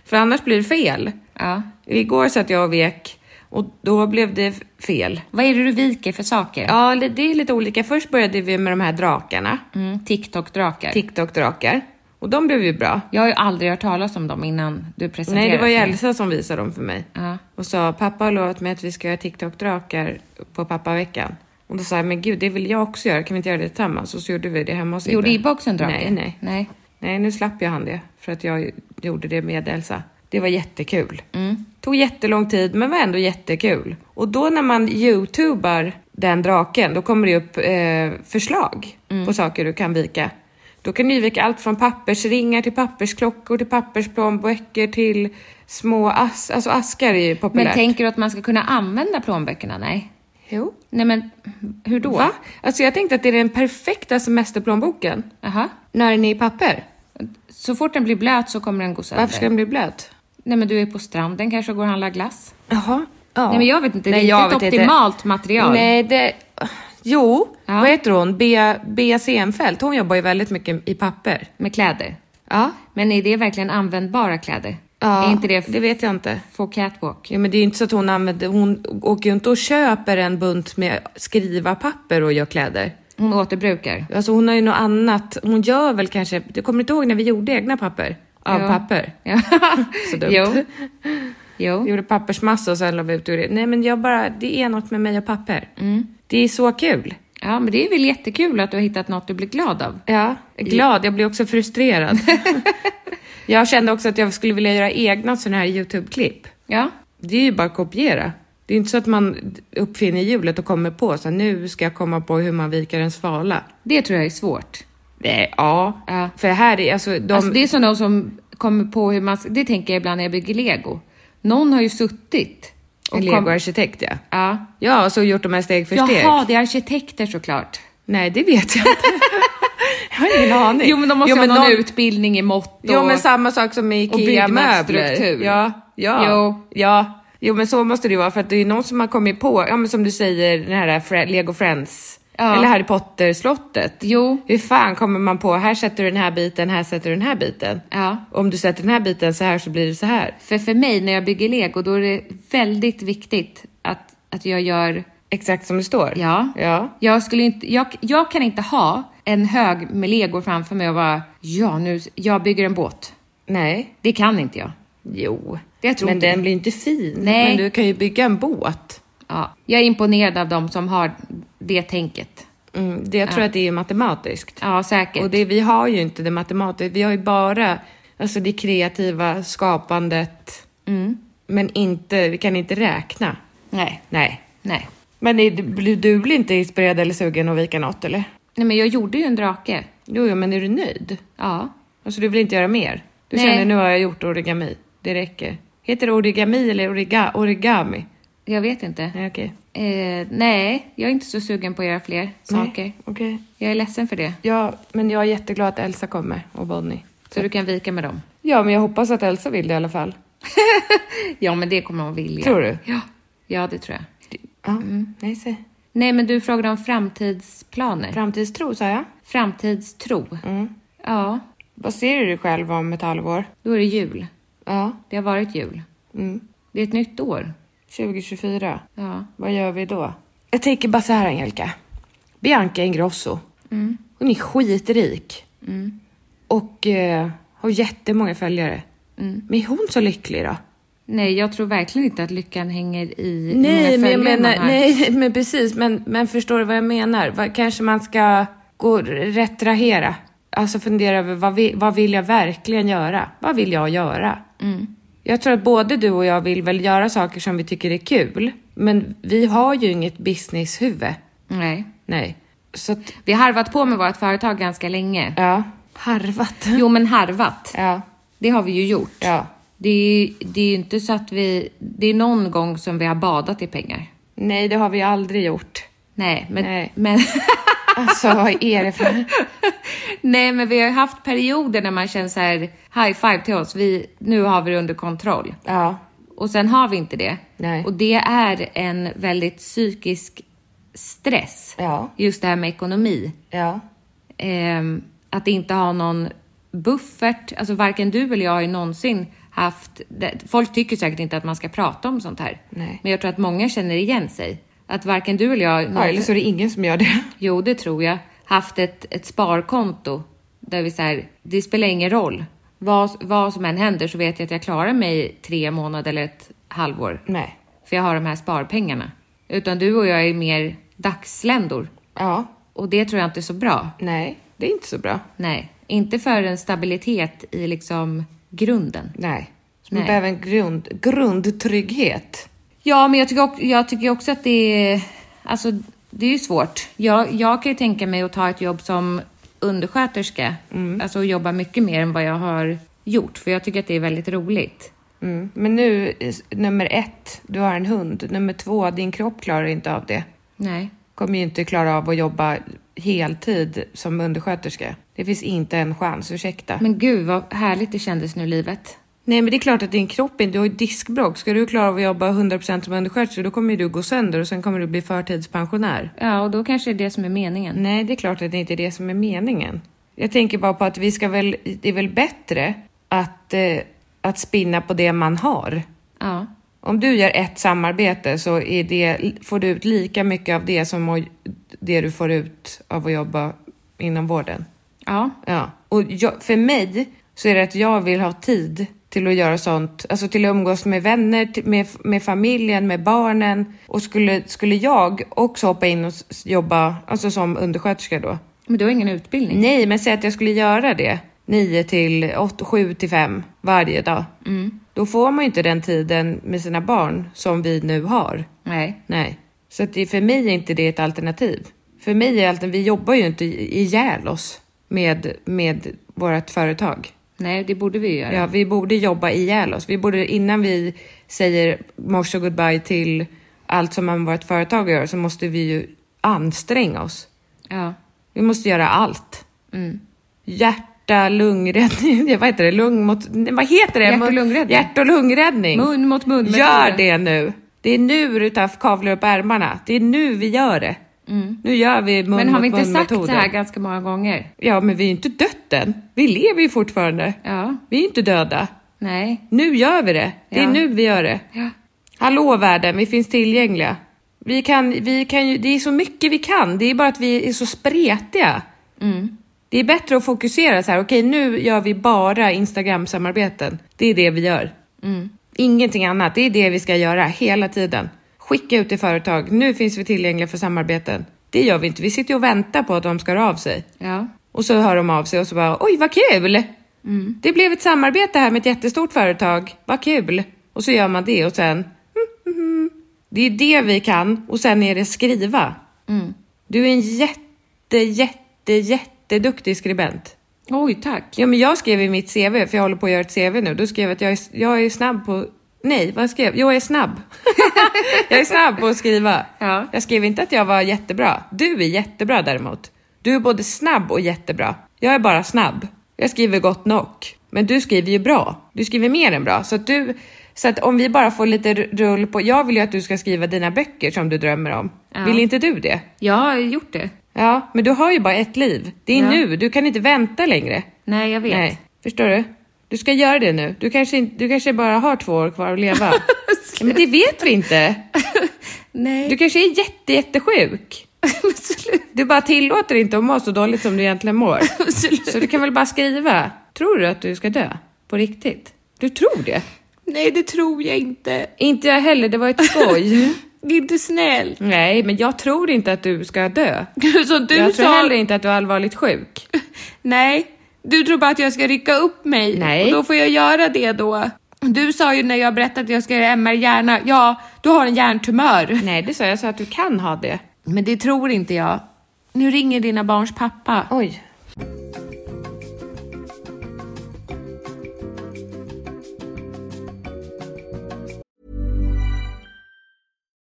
[SPEAKER 2] För annars blir det fel.
[SPEAKER 1] Ja.
[SPEAKER 2] Igår satt jag och vek och då blev det fel.
[SPEAKER 1] Vad är det du viker för saker?
[SPEAKER 2] Ja, det är lite olika. Först började vi med de här drakarna,
[SPEAKER 1] Mm, TikTok-drakar.
[SPEAKER 2] TikTok-drakar. Och de blev ju bra.
[SPEAKER 1] jag har ju aldrig hört talas om dem innan du presenterade
[SPEAKER 2] Nej, det var ju
[SPEAKER 1] för mig.
[SPEAKER 2] Elsa som visade dem för mig.
[SPEAKER 1] Ja.
[SPEAKER 2] Och sa, pappa har lovat mig att vi ska göra TikTok-drakar på pappaveckan. Och då sa jag, men gud, det vill jag också göra. Kan vi inte göra det tillsammans? Och så gjorde vi det hemma hos
[SPEAKER 1] Gjorde
[SPEAKER 2] Ibbe.
[SPEAKER 1] Ibbe också en drake?
[SPEAKER 2] Nej, nej.
[SPEAKER 1] nej.
[SPEAKER 2] Nej, nu slapp jag han det för att jag gjorde det med Elsa. Det var jättekul.
[SPEAKER 1] Mm.
[SPEAKER 2] Tog jättelång tid men var ändå jättekul. Och då när man youtubar den draken, då kommer det upp eh, förslag
[SPEAKER 1] Mm.
[SPEAKER 2] på saker du kan vika. Då kan du ju vika allt från pappersringar till pappersklockor till pappersplånböcker till små ask... Alltså askar är ju
[SPEAKER 1] Men
[SPEAKER 2] populärt.
[SPEAKER 1] tänker du att man ska kunna använda plånböckerna? Nej.
[SPEAKER 2] Jo.
[SPEAKER 1] Nej, men hur då?
[SPEAKER 2] Va? Alltså jag tänkte att det är den perfekta semesterplånboken.
[SPEAKER 1] Jaha.
[SPEAKER 2] När den är i papper.
[SPEAKER 1] Så fort den blir blöt så kommer den gå sönder.
[SPEAKER 2] Varför ska den bli blöt?
[SPEAKER 1] Nej, men du är på stranden kanske och går och handlar glass?
[SPEAKER 2] Jaha. Ja.
[SPEAKER 1] Nej, men jag vet inte.
[SPEAKER 2] Nej,
[SPEAKER 1] det är
[SPEAKER 2] jag
[SPEAKER 1] inte
[SPEAKER 2] vet
[SPEAKER 1] ett optimalt material.
[SPEAKER 2] Nej, det... Jo,
[SPEAKER 1] Ja.
[SPEAKER 2] vad heter hon? Bea, Bea Senfält. Hon jobbar ju väldigt mycket i papper.
[SPEAKER 1] Med kläder.
[SPEAKER 2] Ja.
[SPEAKER 1] Men är det verkligen användbara kläder?
[SPEAKER 2] ja.
[SPEAKER 1] Är inte det,
[SPEAKER 2] Det vet jag inte.
[SPEAKER 1] for catwalk?
[SPEAKER 2] Ja, men det är ju inte så att hon använder... Hon åker ju inte och köper en bunt med skrivarpapper och gör kläder.
[SPEAKER 1] Hon återbrukar.
[SPEAKER 2] Alltså hon har ju något annat. Hon gör väl kanske... Du kommer inte ihåg när vi gjorde egna papper? Av
[SPEAKER 1] Ja.
[SPEAKER 2] papper?
[SPEAKER 1] Ja.
[SPEAKER 2] Så dumt.
[SPEAKER 1] Jo. jo.
[SPEAKER 2] Vi gjorde pappersmassa och sen la vi ut ur det. Nej men jag bara... Det är något med mig och papper.
[SPEAKER 1] Mm.
[SPEAKER 2] Det är så kul.
[SPEAKER 1] Ja, men det är väl jättekul att du har hittat något du blir glad av.
[SPEAKER 2] Ja, glad. Jag blir också frustrerad. jag kände också att jag skulle vilja göra egna sådana här YouTube-klipp.
[SPEAKER 1] Ja.
[SPEAKER 2] Det är ju bara att kopiera. Det är inte så att man uppfinner hjulet och kommer på så här, nu ska jag komma på hur man viker en svala.
[SPEAKER 1] Det tror jag är svårt.
[SPEAKER 2] Nej, ja.
[SPEAKER 1] Ja.
[SPEAKER 2] för här är alltså de...
[SPEAKER 1] Alltså, det är sådana som kommer på hur man... Det tänker jag ibland när jag bygger lego. Någon har ju suttit och
[SPEAKER 2] en
[SPEAKER 1] kom-
[SPEAKER 2] legoarkitekt ja.
[SPEAKER 1] Ja.
[SPEAKER 2] Ja, och så gjort de här steg för steg.
[SPEAKER 1] Jaha, det är arkitekter såklart.
[SPEAKER 2] Nej, det vet jag inte. jag har ingen aning.
[SPEAKER 1] Jo, men de måste
[SPEAKER 2] Jo,
[SPEAKER 1] ha någon
[SPEAKER 2] någon-
[SPEAKER 1] utbildning i mått och...
[SPEAKER 2] Jo men samma sak som med
[SPEAKER 1] och
[SPEAKER 2] IKEA-möbler.
[SPEAKER 1] byggnadsstruktur.
[SPEAKER 2] Ja, ja,
[SPEAKER 1] Jo.
[SPEAKER 2] ja. Jo men så måste det ju vara för att det är någon som har kommit på, ja men som du säger den här Fre- Lego Friends
[SPEAKER 1] Ja.
[SPEAKER 2] eller Harry Potter-slottet.
[SPEAKER 1] Jo.
[SPEAKER 2] Hur fan kommer man på, här sätter du den här biten, här sätter du den här biten.
[SPEAKER 1] Ja.
[SPEAKER 2] Om du sätter den här biten så här så blir det så här.
[SPEAKER 1] För, för mig när jag bygger lego, då är det väldigt viktigt att, att jag gör...
[SPEAKER 2] Exakt som det står.
[SPEAKER 1] Ja.
[SPEAKER 2] Ja.
[SPEAKER 1] Jag, skulle inte, jag, jag kan inte ha en hög med lego framför mig och bara, ja nu, jag bygger en båt.
[SPEAKER 2] Nej.
[SPEAKER 1] Det kan inte jag.
[SPEAKER 2] Jo.
[SPEAKER 1] Jag tror
[SPEAKER 2] men
[SPEAKER 1] inte.
[SPEAKER 2] den blir inte fin.
[SPEAKER 1] Nej.
[SPEAKER 2] Men du kan ju bygga en båt.
[SPEAKER 1] Ja. Jag är imponerad av de som har det tänket.
[SPEAKER 2] Mm, det, jag tror att det är matematiskt.
[SPEAKER 1] Ja, säkert.
[SPEAKER 2] Och det, vi har ju inte det matematiska, vi har ju bara alltså det kreativa
[SPEAKER 1] Mm.
[SPEAKER 2] skapandet. Men inte, vi kan inte räkna.
[SPEAKER 1] Nej.
[SPEAKER 2] Nej.
[SPEAKER 1] Nej.
[SPEAKER 2] Men är- blir- du blir inte inspirerad eller sugen att vika något eller?
[SPEAKER 1] Nej, men jag gjorde ju en drake.
[SPEAKER 2] Jo, jo, men är du nöjd?
[SPEAKER 1] Ja.
[SPEAKER 2] Alltså du vill inte göra mer? Du
[SPEAKER 1] Nej.
[SPEAKER 2] känner nu har jag gjort origami, det räcker. Heter det origami eller origa, origami?
[SPEAKER 1] Jag vet inte.
[SPEAKER 2] Nej, okej.
[SPEAKER 1] Eh, nej, jag är inte så sugen på att göra fler saker.
[SPEAKER 2] Nej, Okej.
[SPEAKER 1] Jag är ledsen för det.
[SPEAKER 2] Ja, men jag är jätteglad att Elsa kommer och Bonnie.
[SPEAKER 1] Så du kan vika med dem.
[SPEAKER 2] Ja, men jag hoppas att Elsa vill det i alla fall.
[SPEAKER 1] Ja, men det kommer hon vilja.
[SPEAKER 2] Tror du?
[SPEAKER 1] Ja, ja det tror jag.
[SPEAKER 2] Ja, nej säg.
[SPEAKER 1] Nej, men du frågade om framtidsplaner.
[SPEAKER 2] Framtidstro sa jag.
[SPEAKER 1] Framtidstro.
[SPEAKER 2] Mm.
[SPEAKER 1] Ja,
[SPEAKER 2] Vad ser du dig själv om ett halvår?
[SPEAKER 1] då är det jul.
[SPEAKER 2] Ja,
[SPEAKER 1] Det har varit jul.
[SPEAKER 2] Mm.
[SPEAKER 1] Det är ett nytt år.
[SPEAKER 2] 2024.
[SPEAKER 1] Ja.
[SPEAKER 2] Vad gör vi då? Jag tänker bara så här Angelica. Bianca Ingrosso. Hon är skitrik. Och eh, har jättemånga följare. Men är hon så lycklig då?
[SPEAKER 1] Nej, jag tror verkligen inte att lyckan hänger i hur
[SPEAKER 2] Nej, men,
[SPEAKER 1] många
[SPEAKER 2] jag
[SPEAKER 1] följare man
[SPEAKER 2] menar,
[SPEAKER 1] har.
[SPEAKER 2] nej men precis. Men, men förstår du vad jag menar? Vad, kanske man ska gå retrahera. Alltså fundera över vad, vi, vad vill jag verkligen göra? Vad vill jag göra?
[SPEAKER 1] Mm.
[SPEAKER 2] Jag tror att både du och jag vill väl göra saker som vi tycker är kul. Men vi har ju inget businesshuvud.
[SPEAKER 1] nej.
[SPEAKER 2] Nej. Så att,
[SPEAKER 1] Vi har harvat på med vårt företag ganska länge.
[SPEAKER 2] ja. Harvat.
[SPEAKER 1] Jo, men harvat.
[SPEAKER 2] Ja.
[SPEAKER 1] Det har vi ju gjort.
[SPEAKER 2] Ja.
[SPEAKER 1] Det är ju det är ju inte så att vi... Det är någon gång som vi har badat i pengar.
[SPEAKER 2] Nej, det har vi aldrig gjort.
[SPEAKER 1] Nej, men...
[SPEAKER 2] Nej.
[SPEAKER 1] Men,
[SPEAKER 2] Alltså, vad är det för...
[SPEAKER 1] nej, men vi har ju haft perioder när man känner så här, high five till oss. Vi, nu har vi det under kontroll.
[SPEAKER 2] Ja.
[SPEAKER 1] Och sen har vi inte det.
[SPEAKER 2] Nej.
[SPEAKER 1] Och det är en väldigt psykisk stress.
[SPEAKER 2] Ja.
[SPEAKER 1] Just det här med ekonomi.
[SPEAKER 2] Ja.
[SPEAKER 1] Ehm, att inte ha någon buffert. Alltså varken du eller jag har ju någonsin haft... det- Folk tycker säkert inte att man ska prata om sånt här.
[SPEAKER 2] Nej.
[SPEAKER 1] Men jag tror att många känner igen sig. Att varken du eller jag...
[SPEAKER 2] ja.
[SPEAKER 1] någonsin-
[SPEAKER 2] Eller så är det ingen som gör det.
[SPEAKER 1] Jo, det tror jag. Haft ett, ett sparkonto där vi säger, det spelar ingen roll. Vad, vad som än händer så vet jag att jag klarar mig i tre månader eller ett halvår.
[SPEAKER 2] Nej.
[SPEAKER 1] För jag har de här sparpengarna. Utan du och jag är mer dagsländor.
[SPEAKER 2] Ja.
[SPEAKER 1] Och det tror jag inte är så bra.
[SPEAKER 2] Nej, det är inte så bra.
[SPEAKER 1] Nej, inte för en stabilitet i liksom grunden.
[SPEAKER 2] Nej. Så man
[SPEAKER 1] Nej.
[SPEAKER 2] behöver en grund, grundtrygghet.
[SPEAKER 1] Ja, men jag tycker också, jag tycker också att det är, alltså, det är ju svårt. Jag, jag kan ju tänka mig att ta ett jobb som undersköterska,
[SPEAKER 2] Mm.
[SPEAKER 1] alltså och jobba mycket mer än vad jag har gjort, för jag tycker att det är väldigt roligt.
[SPEAKER 2] Mm. Men nu, eh, nummer ett, du har en hund. Nummer två, din kropp klarar inte av det.
[SPEAKER 1] Nej.
[SPEAKER 2] Kommer ju inte klara av att jobba heltid som undersköterska. Det finns inte en chans, ursäkta.
[SPEAKER 1] Men gud vad härligt det kändes nu livet.
[SPEAKER 2] Nej, men det är klart att din kropp inte... Du har ju diskbråck. Ska du klara av att jobba 100% som undersköterska, då kommer ju du gå sönder och sen kommer du bli förtidspensionär.
[SPEAKER 1] Ja, och då kanske det är det som är meningen.
[SPEAKER 2] Nej, det är klart att det inte är det som är meningen. Jag tänker bara på att vi ska väl, det är väl bättre att, eh, att spinna på det man har.
[SPEAKER 1] Ja.
[SPEAKER 2] Om du gör ett samarbete så är det, får du ut lika mycket av det som att- det du får ut av att jobba inom vården.
[SPEAKER 1] Ja.
[SPEAKER 2] Ja. Och jag, för mig så är det att jag vill ha tid till att göra sånt, alltså till att umgås med vänner, till- med, med familjen, med barnen. Och skulle, skulle jag också hoppa in och s- jobba, alltså som undersköterska då,
[SPEAKER 1] Men du har ingen utbildning?
[SPEAKER 2] Nej, men säg att jag skulle göra det. 9 till 8, 7 till 5 varje dag. Då får man ju inte den tiden med sina barn som vi nu har.
[SPEAKER 1] Nej.
[SPEAKER 2] Nej, så att det, för mig är inte det ett alternativ. För mig är alltid, vi jobbar ju inte i- ihjäl oss med, med vårt företag.
[SPEAKER 1] Nej, det borde vi ju göra.
[SPEAKER 2] Ja, vi borde jobba ihjäl oss. Vi borde, innan vi säger morse och goodbye till allt som man med vårt företag gör så måste vi ju anstränga oss.
[SPEAKER 1] Ja.
[SPEAKER 2] Vi måste göra allt.
[SPEAKER 1] Mm.
[SPEAKER 2] Hjärta, lungräddning, vad heter det? Lung mot, nej, vad heter det?
[SPEAKER 1] Hjärt- och lungräddning.
[SPEAKER 2] Hjärt och lungräddning.
[SPEAKER 1] Mun mot mun. med
[SPEAKER 2] Gör
[SPEAKER 1] tungan.
[SPEAKER 2] det nu! Det är nu du tar kavlar upp ärmarna. Det är nu vi gör det. Nu gör vi mun
[SPEAKER 1] Mm. Men har vi
[SPEAKER 2] mot
[SPEAKER 1] inte sagt
[SPEAKER 2] mun-metoden.
[SPEAKER 1] det här ganska många gånger?
[SPEAKER 2] Ja, men vi är ju inte dött än. Vi lever ju fortfarande.
[SPEAKER 1] Ja.
[SPEAKER 2] Vi är ju inte döda.
[SPEAKER 1] Nej.
[SPEAKER 2] Nu gör vi det. Det är
[SPEAKER 1] Ja.
[SPEAKER 2] nu vi gör det.
[SPEAKER 1] Ja.
[SPEAKER 2] Hallå världen, vi finns tillgängliga. Vi kan, vi kan ju, det är så mycket vi kan, det är bara att vi är så spretiga. Det är bättre att fokusera så här, okej nu gör vi bara Instagram-samarbeten. Det är det vi gör. Ingenting annat, det är det vi ska göra hela tiden. Skicka ut till företag, nu finns vi tillgängliga för samarbeten. Det gör vi inte, vi sitter ju och väntar på att de ska höra av sig.
[SPEAKER 1] Ja.
[SPEAKER 2] Och så hör de av sig och så bara, oj vad kul! Det blev ett samarbete här med ett jättestort företag, vad kul! Och så gör man det och sen, mm, mm, mm. Det är det vi kan och sen är det skriva. Du är en jätte, jätte, jätteduktig skribent.
[SPEAKER 1] Oj, tack.
[SPEAKER 2] Ja, men jag skrev i mitt CV, för jag håller på att göra ett CV nu, då skrev jag att jag är, jag är snabb på... Nej, vad skrev jag? Jo, jag är snabb. jag är snabb på att skriva.
[SPEAKER 1] Ja.
[SPEAKER 2] Jag skrev inte att jag var jättebra. Du är jättebra däremot. Du är både snabb och jättebra. Jag är bara snabb. Jag skriver gott nog. Men du skriver ju bra. Du skriver mer än bra. Så att du... Så att om vi bara får lite r- rull på... Jag vill ju att du ska skriva dina böcker som du drömmer om.
[SPEAKER 1] Ja.
[SPEAKER 2] Vill inte du det?
[SPEAKER 1] Jag har gjort det.
[SPEAKER 2] Ja, men du har ju bara ett liv. Det är
[SPEAKER 1] Ja.
[SPEAKER 2] nu. Du kan inte vänta längre.
[SPEAKER 1] Nej, jag vet.
[SPEAKER 2] Nej, förstår du? Du ska göra det nu. Du kanske, inte- du kanske bara har två år kvar att leva. Ja, men det vet vi inte.
[SPEAKER 1] Nej.
[SPEAKER 2] Du kanske är jätte, jättesjuk.
[SPEAKER 1] Men sluta.
[SPEAKER 2] Du bara tillåter inte att må så dåligt som du egentligen mår. Så du kan väl bara skriva. Tror du att du ska dö? På riktigt? Du tror det?
[SPEAKER 1] Nej, det tror jag inte.
[SPEAKER 2] Inte jag heller, det var ett skoj.
[SPEAKER 1] Det är inte snällt.
[SPEAKER 2] Nej, men jag tror inte att du ska dö.
[SPEAKER 1] Så du
[SPEAKER 2] jag tror
[SPEAKER 1] sa...
[SPEAKER 2] heller inte att du är allvarligt sjuk.
[SPEAKER 1] Nej, du tror bara att jag ska rycka upp mig
[SPEAKER 2] Nej.
[SPEAKER 1] och då får jag göra det då. Du sa ju när jag berättade att jag ska göra MR hjärna, ja, du har en hjärntumör.
[SPEAKER 2] Nej, det sa jag. Jag sa att du kan ha det.
[SPEAKER 1] Men det tror inte jag. Nu ringer dina barns pappa.
[SPEAKER 2] Oj.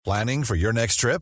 [SPEAKER 3] Planning for your next trip?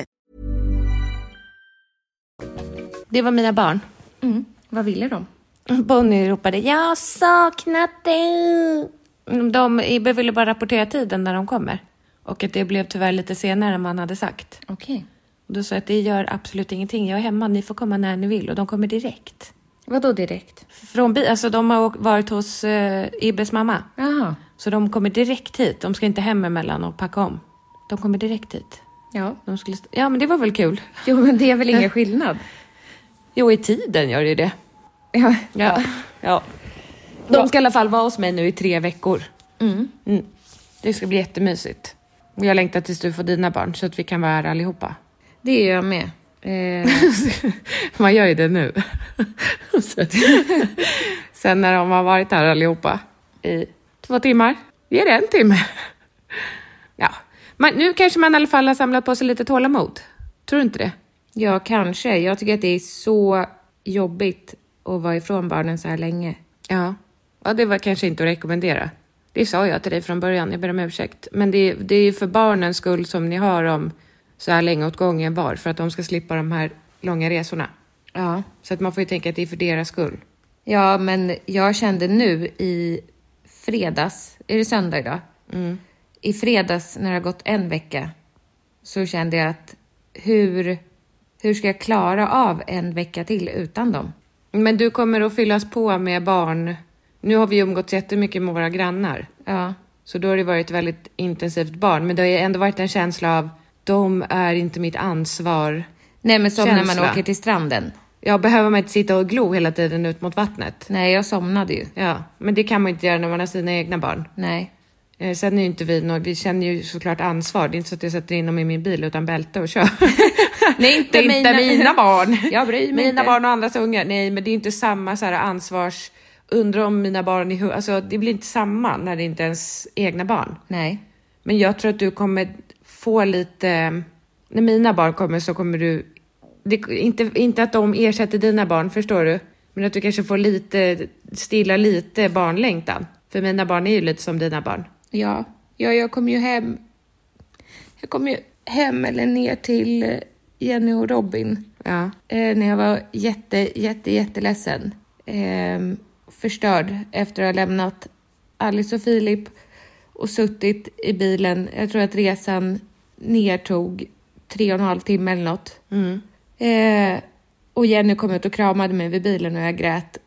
[SPEAKER 2] Det var mina barn.
[SPEAKER 1] mm. Vad ville de?
[SPEAKER 2] Bonnie ropade “Jag har saknat dig”. De Ibbe ville bara rapportera tiden när de kommer. Och att det blev tyvärr lite senare än man hade sagt.
[SPEAKER 1] Okej.
[SPEAKER 2] Och då sa jag att det gör absolut ingenting. Jag är hemma, ni får komma när ni vill. Och de kommer direkt.
[SPEAKER 1] Vadå direkt?
[SPEAKER 2] Från bi- alltså de har åkt- varit hos eh, Ibbes mamma.
[SPEAKER 1] Jaha.
[SPEAKER 2] Så de kommer direkt hit. De ska inte hem emellan och packa om. De kommer direkt hit.
[SPEAKER 1] Ja.
[SPEAKER 2] De skulle st- ja, men det var väl kul.
[SPEAKER 1] Jo, men det är väl ingen skillnad?
[SPEAKER 2] Jo, i tiden gör det ju det.
[SPEAKER 1] Ja.
[SPEAKER 2] Ja. ja. De ska i alla fall vara hos mig nu i tre veckor. Mm. Det ska bli jättemysigt. Och Jag längtar tills du får dina barn så att vi kan vara här allihopa.
[SPEAKER 1] Det är jag med. Eh,
[SPEAKER 2] Man gör ju det nu. Så att- Sen när de har varit här allihopa i två timmar, ge det en timme. Ja, men nu kanske man i alla fall har samlat på sig lite tålamod. Tror du inte det?
[SPEAKER 1] ja, kanske. Jag tycker att det är så jobbigt att vara ifrån barnen så här länge.
[SPEAKER 2] Ja. ja, det var kanske inte att rekommendera. Det sa jag till dig från början, jag ber om ursäkt. Men det, det är ju för barnens skull som ni har dem så här länge åt gången var, för att de ska slippa de här långa resorna.
[SPEAKER 1] Ja.
[SPEAKER 2] Så att man får ju tänka att det är för deras skull.
[SPEAKER 1] Ja, men jag kände nu i fredags, är det söndag idag?
[SPEAKER 2] Mm.
[SPEAKER 1] I fredags när det har gått en vecka så kände jag att hur, hur ska jag klara av en vecka till utan dem?
[SPEAKER 2] Men du kommer att fyllas på med barn. Nu har vi umgåtts jättemycket med våra grannar,
[SPEAKER 1] Ja,
[SPEAKER 2] så då har det varit väldigt intensivt barn. Men det har ju ändå varit en känsla av, de är inte mitt ansvar.
[SPEAKER 1] nej men som när man
[SPEAKER 2] Känsla.
[SPEAKER 1] åker till stranden.
[SPEAKER 2] Jag behöver man inte sitta och glo hela tiden ut mot vattnet.
[SPEAKER 1] Nej, jag somnade ju.
[SPEAKER 2] Ja, men det kan man ju inte göra när man har sina egna barn.
[SPEAKER 1] Nej,
[SPEAKER 2] Eh, sen är ju inte vi, nå- vi känner ju såklart ansvar. Det är inte så att jag sätter in dem i min bil utan bälte och kör.
[SPEAKER 1] Nej, inte
[SPEAKER 2] Det är
[SPEAKER 1] mina-
[SPEAKER 2] barn.
[SPEAKER 1] Jag bryr mig
[SPEAKER 2] Mina
[SPEAKER 1] inte.
[SPEAKER 2] barn och andras ungar. Nej, men det är inte samma så här ansvars... Undrar om mina barn är... hu- Alltså, det blir inte samma när det inte är ens egna barn.
[SPEAKER 1] Nej.
[SPEAKER 2] Men jag tror att du kommer få lite... När mina barn kommer så kommer du... Det, inte, inte att de ersätter dina barn, förstår du? Men att du kanske får lite, stilla lite barnlängtan. För mina barn är ju lite som dina barn.
[SPEAKER 1] Ja, ja jag kom ju hem. Jag kom ju hem eller ner till eh, Jenny och Robin
[SPEAKER 2] Ja.
[SPEAKER 1] eh, när jag var jätte, jätte, jätteledsen. Eh, förstörd efter att ha lämnat Alice och Filip och suttit i bilen. Jag tror att resan ner tog tre och en halv timme eller något. Eh, och Jenny kom ut och kramade mig vid bilen och jag grät.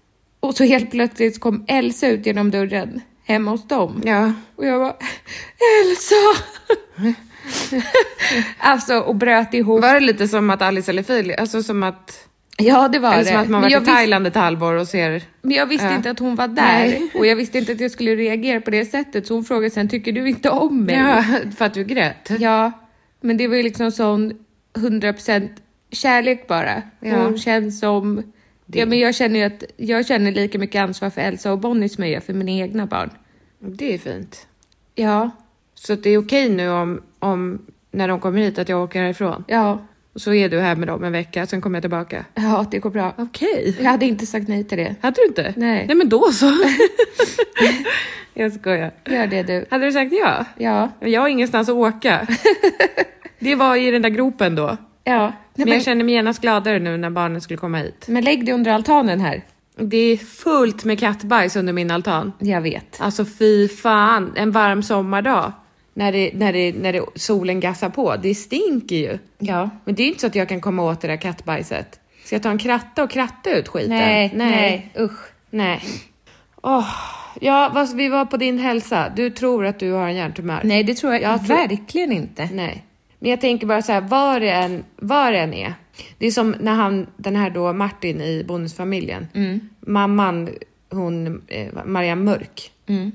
[SPEAKER 1] Och så helt plötsligt kom Elsa ut genom dörren hemma hos dem.
[SPEAKER 2] Ja.
[SPEAKER 1] Och jag bara, Elsa! alltså, och bröt ihop.
[SPEAKER 2] Var det lite som att Alice eller Filip, alltså som att...
[SPEAKER 1] Ja, det var
[SPEAKER 2] Eller
[SPEAKER 1] det.
[SPEAKER 2] som att man
[SPEAKER 1] men, jag
[SPEAKER 2] varit i
[SPEAKER 1] visste,
[SPEAKER 2] Thailand ett halvår och ser...
[SPEAKER 1] men jag visste
[SPEAKER 2] Ja.
[SPEAKER 1] inte att hon var där.
[SPEAKER 2] Nej.
[SPEAKER 1] Och jag visste inte att jag skulle reagera på det sättet. Så hon frågade sen, tycker du inte om mig?
[SPEAKER 2] Ja, för att du grät.
[SPEAKER 1] Ja, men det var ju liksom sån 100% kärlek bara.
[SPEAKER 2] Ja.
[SPEAKER 1] Hon känns som... Ja, men jag känner ju att jag känner lika mycket ansvar för Elsa och Bonnie som jag gör för mina egna barn.
[SPEAKER 2] Det är fint.
[SPEAKER 1] Ja,
[SPEAKER 2] Så att det är okej nu om, om, när de kommer hit, att jag åker härifrån.
[SPEAKER 1] ja,
[SPEAKER 2] Och så är du här med dem en vecka, sen kommer jag tillbaka.
[SPEAKER 1] ja, det går bra.
[SPEAKER 2] Okej.
[SPEAKER 1] Jag hade inte sagt nej till det.
[SPEAKER 2] Hade du inte?
[SPEAKER 1] Nej.
[SPEAKER 2] Nej men då så. jag skojar.
[SPEAKER 1] Gör det du.
[SPEAKER 2] Hade du sagt ja?
[SPEAKER 1] Ja.
[SPEAKER 2] Men Jag har ingenstans att åka. det var i den där gropen då.
[SPEAKER 1] Ja,
[SPEAKER 2] Men
[SPEAKER 1] men,
[SPEAKER 2] jag känner mig genast gladare nu när barnen skulle komma hit.
[SPEAKER 1] men lägg dig under altanen här.
[SPEAKER 2] Det är fullt med kattbajs under min altan.
[SPEAKER 1] Jag vet.
[SPEAKER 2] Alltså fy fan, en varm sommardag. När, det, när, det, när det, solen gassar på, det stinker ju.
[SPEAKER 1] Ja.
[SPEAKER 2] Men det är inte så att jag kan komma åt det där kattbajset. Ska jag ta en kratta och kratta ut skiten?
[SPEAKER 1] Nej, nej, usch.
[SPEAKER 2] Nej. Åh, ja, vad, vi var på din hälsa. Du tror att du har en hjärntumör.
[SPEAKER 1] Nej, det tror jag,
[SPEAKER 2] Jag tror-
[SPEAKER 1] verkligen inte.
[SPEAKER 2] Nej. Men jag tänker bara så här, var det än, var det än är. Det är som när han, den här då Martin i Bonusfamiljen. Mamman, hon, eh, Maria Mörk,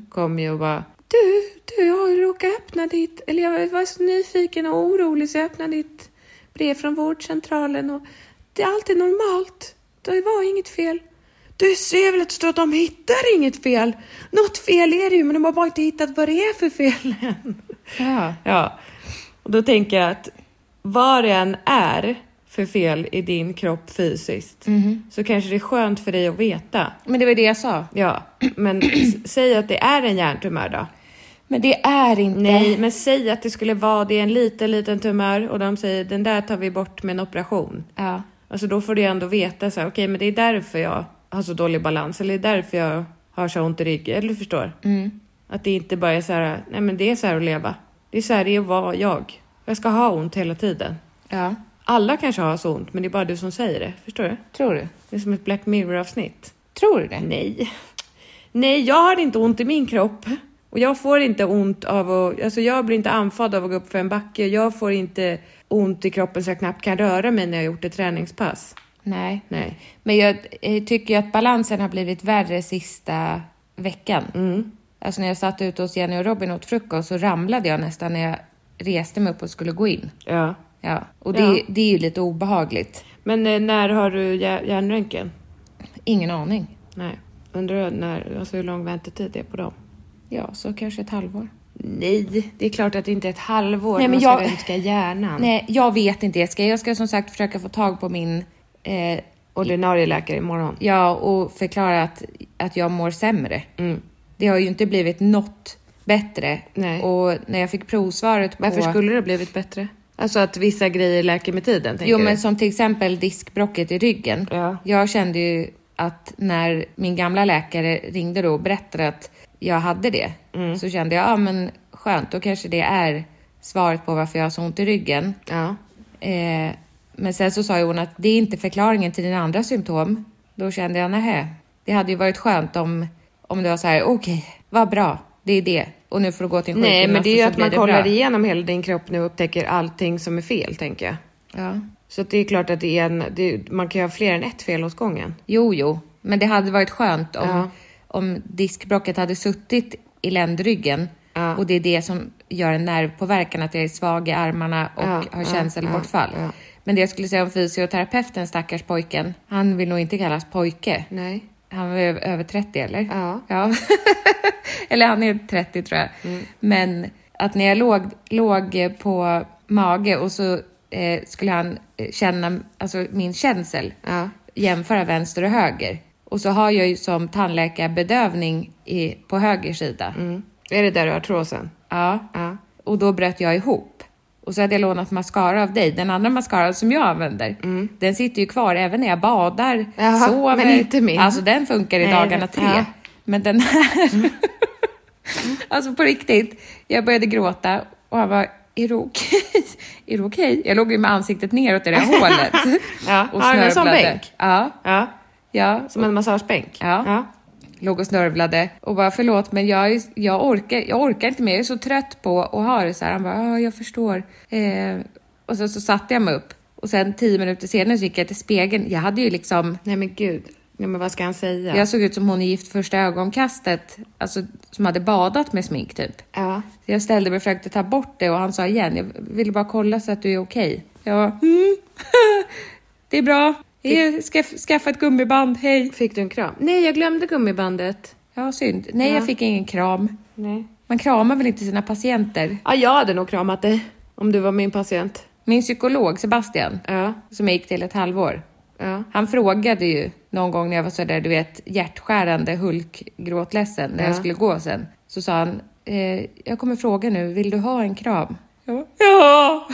[SPEAKER 2] kom ju och bara Du, du, jag har ju råkat öppna ditt, eller jag var så nyfiken och orolig så jag öppnade ditt brev från vårdcentralen och det, allt är normalt. Det var inget fel. Du ser väl att det står att de hittar inget fel? Något fel är det ju, men de har bara inte hittat vad det är för fel än.
[SPEAKER 1] Ja.
[SPEAKER 2] Ja, och då tänker jag att vad det än är för fel i din kropp fysiskt så kanske det är skönt för dig att veta.
[SPEAKER 1] Men det var det jag sa.
[SPEAKER 2] Ja, men s- säg att det är en hjärntumör då.
[SPEAKER 1] Men det är inte...
[SPEAKER 2] Nej, men säg att det skulle vara det är en liten, liten tumör och de säger den där tar vi bort med en operation.
[SPEAKER 1] Ja.
[SPEAKER 2] Alltså då får du ändå veta så här, okej, men det är därför jag har så dålig balans eller det är därför jag har så ont i ryggen. Eller du förstår?
[SPEAKER 1] Mm.
[SPEAKER 2] Att det inte bara är så här, nej men det är så här att leva. Det är så här det är att vara jag. Jag ska ha ont hela tiden.
[SPEAKER 1] Ja.
[SPEAKER 2] Alla kanske har så ont, men det är bara du som säger det. Förstår du?
[SPEAKER 1] Tror du?
[SPEAKER 2] Det är som ett Black Mirror-avsnitt.
[SPEAKER 1] Tror du det?
[SPEAKER 2] Nej. Nej, jag har inte ont i min kropp. Och jag får inte ont av att... Alltså jag blir inte anfad av att gå upp för en backe. Jag får inte ont i kroppen så jag knappt kan röra mig när jag har gjort ett träningspass.
[SPEAKER 1] Nej.
[SPEAKER 2] Nej.
[SPEAKER 1] Men jag eh, tycker ju att balansen har blivit värre sista veckan. Alltså när jag satt ute hos Jenny och Robin och åt frukost så ramlade jag nästan när jag reste mig upp och skulle gå in.
[SPEAKER 2] Ja.
[SPEAKER 1] Ja. Och det,
[SPEAKER 2] Ja.
[SPEAKER 1] det är ju lite obehagligt.
[SPEAKER 2] Men eh, när har du hjär- hjärnröntgen?
[SPEAKER 1] Ingen aning.
[SPEAKER 2] Nej. Undrar när, alltså hur lång väntetid det är på dem?
[SPEAKER 1] Ja, så kanske ett halvår.
[SPEAKER 2] Nej, det är klart att det inte är ett halvår.
[SPEAKER 1] Nej,
[SPEAKER 2] Nej,
[SPEAKER 1] men
[SPEAKER 2] men man
[SPEAKER 1] jag-
[SPEAKER 2] ska röntga hjärnan.
[SPEAKER 1] Nej, jag vet inte Jessica. Jag ska som sagt försöka få tag på min... Eh,
[SPEAKER 2] Ordinarie läkare imorgon.
[SPEAKER 1] ja, och förklara att, att jag mår sämre. Det har ju inte blivit något bättre.
[SPEAKER 2] Nej.
[SPEAKER 1] Och när jag fick provsvaret på...
[SPEAKER 2] Varför skulle det ha blivit bättre? Alltså att vissa grejer läker med tiden, tänker
[SPEAKER 1] Jo,
[SPEAKER 2] du?
[SPEAKER 1] men som till exempel diskbrocket i ryggen.
[SPEAKER 2] Ja.
[SPEAKER 1] Jag kände ju att när min gamla läkare ringde då och berättade att jag hade det,
[SPEAKER 2] Mm.
[SPEAKER 1] så kände jag, ja men skönt, då kanske det är svaret på varför jag har så ont i ryggen.
[SPEAKER 2] Ja.
[SPEAKER 1] Eh, men sen så sa ju hon att det är inte förklaringen till dina andra symptom. Då kände jag, nähä. Det hade ju varit skönt om, om det var så här, okej, vad bra, det är det. Och nu får du gå till en
[SPEAKER 2] Nej, men
[SPEAKER 1] sjukgymnast
[SPEAKER 2] det är
[SPEAKER 1] och
[SPEAKER 2] ju
[SPEAKER 1] så
[SPEAKER 2] att
[SPEAKER 1] blir
[SPEAKER 2] man
[SPEAKER 1] det
[SPEAKER 2] kollar
[SPEAKER 1] bra.
[SPEAKER 2] igenom hela din kropp nu och upptäcker allting som är fel, tänker jag.
[SPEAKER 1] Ja.
[SPEAKER 2] Så att det är klart att det är en, det, man kan ju ha fler än ett fel åt gången.
[SPEAKER 1] Jo, jo, men det hade varit skönt om,
[SPEAKER 2] Ja.
[SPEAKER 1] om diskbråcket hade suttit i ländryggen
[SPEAKER 2] Ja.
[SPEAKER 1] Och det är det som gör en nervpåverkan, att jag är svag i armarna och
[SPEAKER 2] Ja,
[SPEAKER 1] har
[SPEAKER 2] ja,
[SPEAKER 1] känselbortfall.
[SPEAKER 2] ja, ja.
[SPEAKER 1] Men det jag skulle säga om fysioterapeuten, stackars pojken, han vill nog inte kallas pojke.
[SPEAKER 2] Nej.
[SPEAKER 1] Han är ö- över 30 eller?
[SPEAKER 2] Ja.
[SPEAKER 1] eller han är 30 tror jag.
[SPEAKER 2] Mm.
[SPEAKER 1] Men att när jag låg, låg på mage och så eh, skulle han eh, känna alltså, min känsel,
[SPEAKER 2] Ja.
[SPEAKER 1] jämföra vänster och höger. Och så har jag ju som tandläkarbedövning i, på höger sida.
[SPEAKER 2] Mm. Är det där du har tråsen?
[SPEAKER 1] Ja.
[SPEAKER 2] Ja.
[SPEAKER 1] Och då bröt jag ihop. Och så hade jag lånat mascara av dig. Den andra mascaran som jag använder, den sitter ju kvar även när jag badar,
[SPEAKER 2] Jaha,
[SPEAKER 1] sover.
[SPEAKER 2] Mm. men inte min.
[SPEAKER 1] Alltså den funkar i
[SPEAKER 2] Nej,
[SPEAKER 1] dagarna
[SPEAKER 2] det-
[SPEAKER 1] tre.
[SPEAKER 2] ja.
[SPEAKER 1] Men den här... alltså på riktigt, jag började gråta och han var är du okej? Är du okej? Jag låg ju med ansiktet neråt i det här hålet.
[SPEAKER 2] Ja,
[SPEAKER 1] och
[SPEAKER 2] har du en sån
[SPEAKER 1] snörvlade.
[SPEAKER 2] bänk?
[SPEAKER 1] Ja.
[SPEAKER 2] Ja.
[SPEAKER 1] ja.
[SPEAKER 2] Som en massagebänk?
[SPEAKER 1] Ja.
[SPEAKER 2] ja.
[SPEAKER 1] Låg och snörvlade och bara förlåt men jag, är- jag, orkar, jag orkar inte mer, jag är så trött på att ha det så här. Han bara, ja jag förstår. Eh, och sen så satte jag mig upp och sen tio minuter senare så gick jag till spegeln. Jag hade ju liksom,
[SPEAKER 2] Nej men gud. Nej men vad ska han säga?
[SPEAKER 1] jag såg ut som hon i Gift första ögonkastet, alltså som hade badat med smink typ.
[SPEAKER 2] Ja.
[SPEAKER 1] Så jag ställde mig och försökte ta bort det och han sa igen, jag ville bara kolla så att du är okej. Jag bara, mm, det är bra. Jag ska skaffa ett gummiband, hej.
[SPEAKER 2] Fick du en kram? Nej, jag glömde gummibandet.
[SPEAKER 1] Ja, synd. Nej, jag fick ingen kram.
[SPEAKER 2] Nej.
[SPEAKER 1] Man kramar väl inte sina patienter?
[SPEAKER 2] Ja, jag hade nog kramat dig om du var min patient.
[SPEAKER 1] Min psykolog Sebastian,
[SPEAKER 2] Ja.
[SPEAKER 1] som jag gick till ett halvår,
[SPEAKER 2] Ja.
[SPEAKER 1] han frågade ju någon gång när jag var sådär, du vet, hjärtskärande hulkgråtledsen när jag skulle gå sen. Så sa han, eh, jag kommer fråga nu, vill du ha en kram? Jag bara, ja!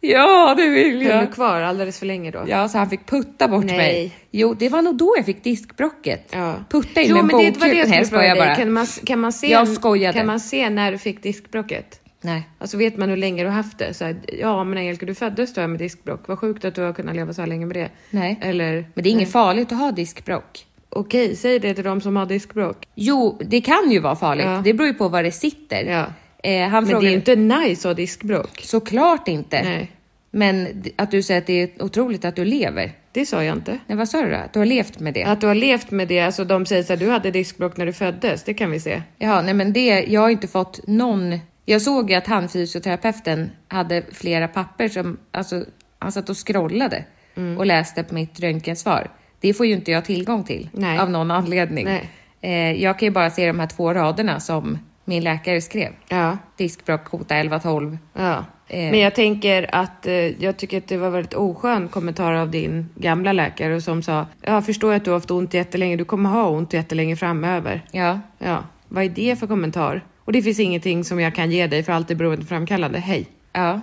[SPEAKER 1] ja, det vill
[SPEAKER 2] Höll
[SPEAKER 1] jag!
[SPEAKER 2] du kvar alldeles för länge då?
[SPEAKER 1] Ja, så han fick putta bort
[SPEAKER 2] Nej.
[SPEAKER 1] mig. Jo, det var nog då jag fick diskbrocket. Putta in
[SPEAKER 2] jo,
[SPEAKER 1] en
[SPEAKER 2] men det var det
[SPEAKER 1] bokklubb.
[SPEAKER 2] jag
[SPEAKER 1] Nej,
[SPEAKER 2] skulle fråga
[SPEAKER 1] skojar
[SPEAKER 2] dig. Kan man, kan, man se,
[SPEAKER 1] Jag skojade.
[SPEAKER 2] kan man se när du fick diskbråcket?
[SPEAKER 1] Nej.
[SPEAKER 2] Alltså vet man hur länge du har haft det? Så här, ja men Angelica, du föddes då med diskbråck. Vad sjukt att du har kunnat leva så här länge med det.
[SPEAKER 1] Nej.
[SPEAKER 2] Eller?
[SPEAKER 1] Men det är inget farligt att ha diskbrock.
[SPEAKER 2] Okej, säg det till de som har diskbråck.
[SPEAKER 1] Jo, det kan ju vara farligt.
[SPEAKER 2] Ja.
[SPEAKER 1] Det beror ju på var det sitter.
[SPEAKER 2] Ja.
[SPEAKER 1] Eh, han
[SPEAKER 2] Men
[SPEAKER 1] frågade,
[SPEAKER 2] det är ju inte nice att ha diskbråck.
[SPEAKER 1] såklart inte.
[SPEAKER 2] Nej.
[SPEAKER 1] Men d- att du säger att det är otroligt att du lever.
[SPEAKER 2] Det sa jag inte.
[SPEAKER 1] Nej, vad sa du då? Att du har levt med det?
[SPEAKER 2] Att du har levt med det, alltså de säger såhär, du hade diskbråck när du föddes, det kan vi se.
[SPEAKER 1] Ja, nej men det, jag har inte fått någon... Jag såg ju att han fysioterapeuten hade flera papper som, alltså han satt och scrollade
[SPEAKER 2] Mm.
[SPEAKER 1] och läste på mitt röntgensvar. Det får ju inte jag tillgång till
[SPEAKER 2] Nej.
[SPEAKER 1] av någon anledning.
[SPEAKER 2] Nej.
[SPEAKER 1] Eh, jag kan ju bara se de här två raderna som min läkare skrev.
[SPEAKER 2] Ja.
[SPEAKER 1] Diskbråck, kota 11, 12.
[SPEAKER 2] Ja.
[SPEAKER 1] Eh.
[SPEAKER 2] Men jag tänker att eh, jag tycker att det var väldigt oskön kommentar av din gamla läkare som sa, jag förstår att du har haft ont jättelänge, du kommer ha ont jättelänge framöver.
[SPEAKER 1] Ja.
[SPEAKER 2] Ja, vad är det för kommentar? Och det finns ingenting som jag kan ge dig för allt är beroendeframkallande, hej.
[SPEAKER 1] Ja.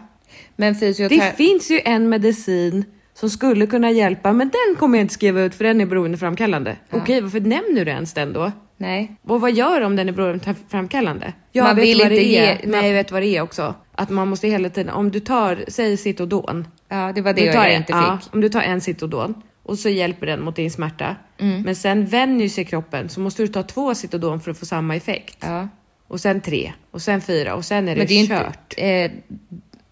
[SPEAKER 1] Men
[SPEAKER 2] Det
[SPEAKER 1] fysioterapeut...
[SPEAKER 2] finns ju en medicin som skulle kunna hjälpa, men den kommer jag inte skriva ut för den är beroendeframkallande. Okej, varför nämner du ens den då?
[SPEAKER 1] Nej.
[SPEAKER 2] Och vad gör om den är beroendeframkallande? Jag
[SPEAKER 1] Man
[SPEAKER 2] vet
[SPEAKER 1] vill
[SPEAKER 2] vad det
[SPEAKER 1] inte
[SPEAKER 2] är.
[SPEAKER 1] ge-
[SPEAKER 2] Men
[SPEAKER 1] man-
[SPEAKER 2] jag vet vad det är också. Att man måste hela tiden, om du tar, säg Citodon.
[SPEAKER 1] Ja, det var det
[SPEAKER 2] Du tar
[SPEAKER 1] jag
[SPEAKER 2] en-
[SPEAKER 1] inte
[SPEAKER 2] ja,
[SPEAKER 1] fick.
[SPEAKER 2] om du tar en Citodon och så hjälper den mot din smärta.
[SPEAKER 1] Mm.
[SPEAKER 2] Men sen vänjer sig kroppen så måste du ta två Citodon för att få samma effekt.
[SPEAKER 1] Ja.
[SPEAKER 2] Och sen tre och sen fyra och sen är det,
[SPEAKER 1] Men det är ju inte...
[SPEAKER 2] kört.
[SPEAKER 1] Eh,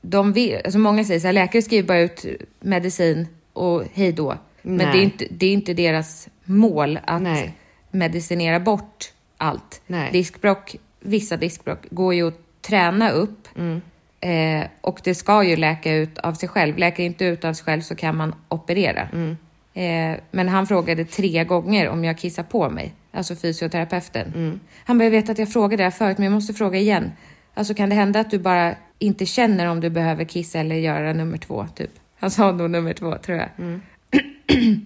[SPEAKER 1] de vill, alltså många säger så här, läkare skriver bara ut medicin och hej då. Men det
[SPEAKER 2] Nej.
[SPEAKER 1] är, ju inte, det är inte deras mål att
[SPEAKER 2] Nej.
[SPEAKER 1] medicinera bort allt.
[SPEAKER 2] Nej.
[SPEAKER 1] Diskbrock, vissa diskbrock går ju att träna upp.
[SPEAKER 2] Mm.
[SPEAKER 1] Eh, och det ska ju läka ut av sig själv. Läker inte ut av sig själv så kan man operera.
[SPEAKER 2] Mm.
[SPEAKER 1] Eh, men han frågade tre gånger om jag kissar på mig. Alltså fysioterapeuten.
[SPEAKER 2] Mm.
[SPEAKER 1] Han bara, jag vet att jag frågade det här förut men jag måste fråga igen. Alltså kan det hända att du bara inte känner om du behöver kissa eller göra nummer två typ? Han sa nog nummer två tror jag.
[SPEAKER 2] Mm.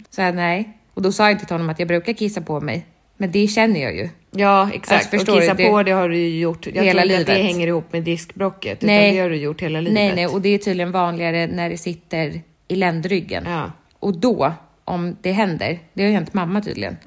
[SPEAKER 1] så jag nej. Och då sa jag inte till honom att jag brukar kissa på mig. Men det känner jag ju.
[SPEAKER 2] Ja, exakt.
[SPEAKER 1] Alltså, förstår
[SPEAKER 2] och kissa
[SPEAKER 1] du, det-
[SPEAKER 2] på det har du ju gjort. Jag
[SPEAKER 1] Hela
[SPEAKER 2] tror inte att det
[SPEAKER 1] livet.
[SPEAKER 2] hänger ihop med diskbråcket.
[SPEAKER 1] Nej.
[SPEAKER 2] Utan Typ det har du gjort hela livet.
[SPEAKER 1] Nej, nej, och det är tydligen vanligare när det sitter i ländryggen.
[SPEAKER 2] Ja.
[SPEAKER 1] Och då, om det händer, det har ju hänt mamma tydligen,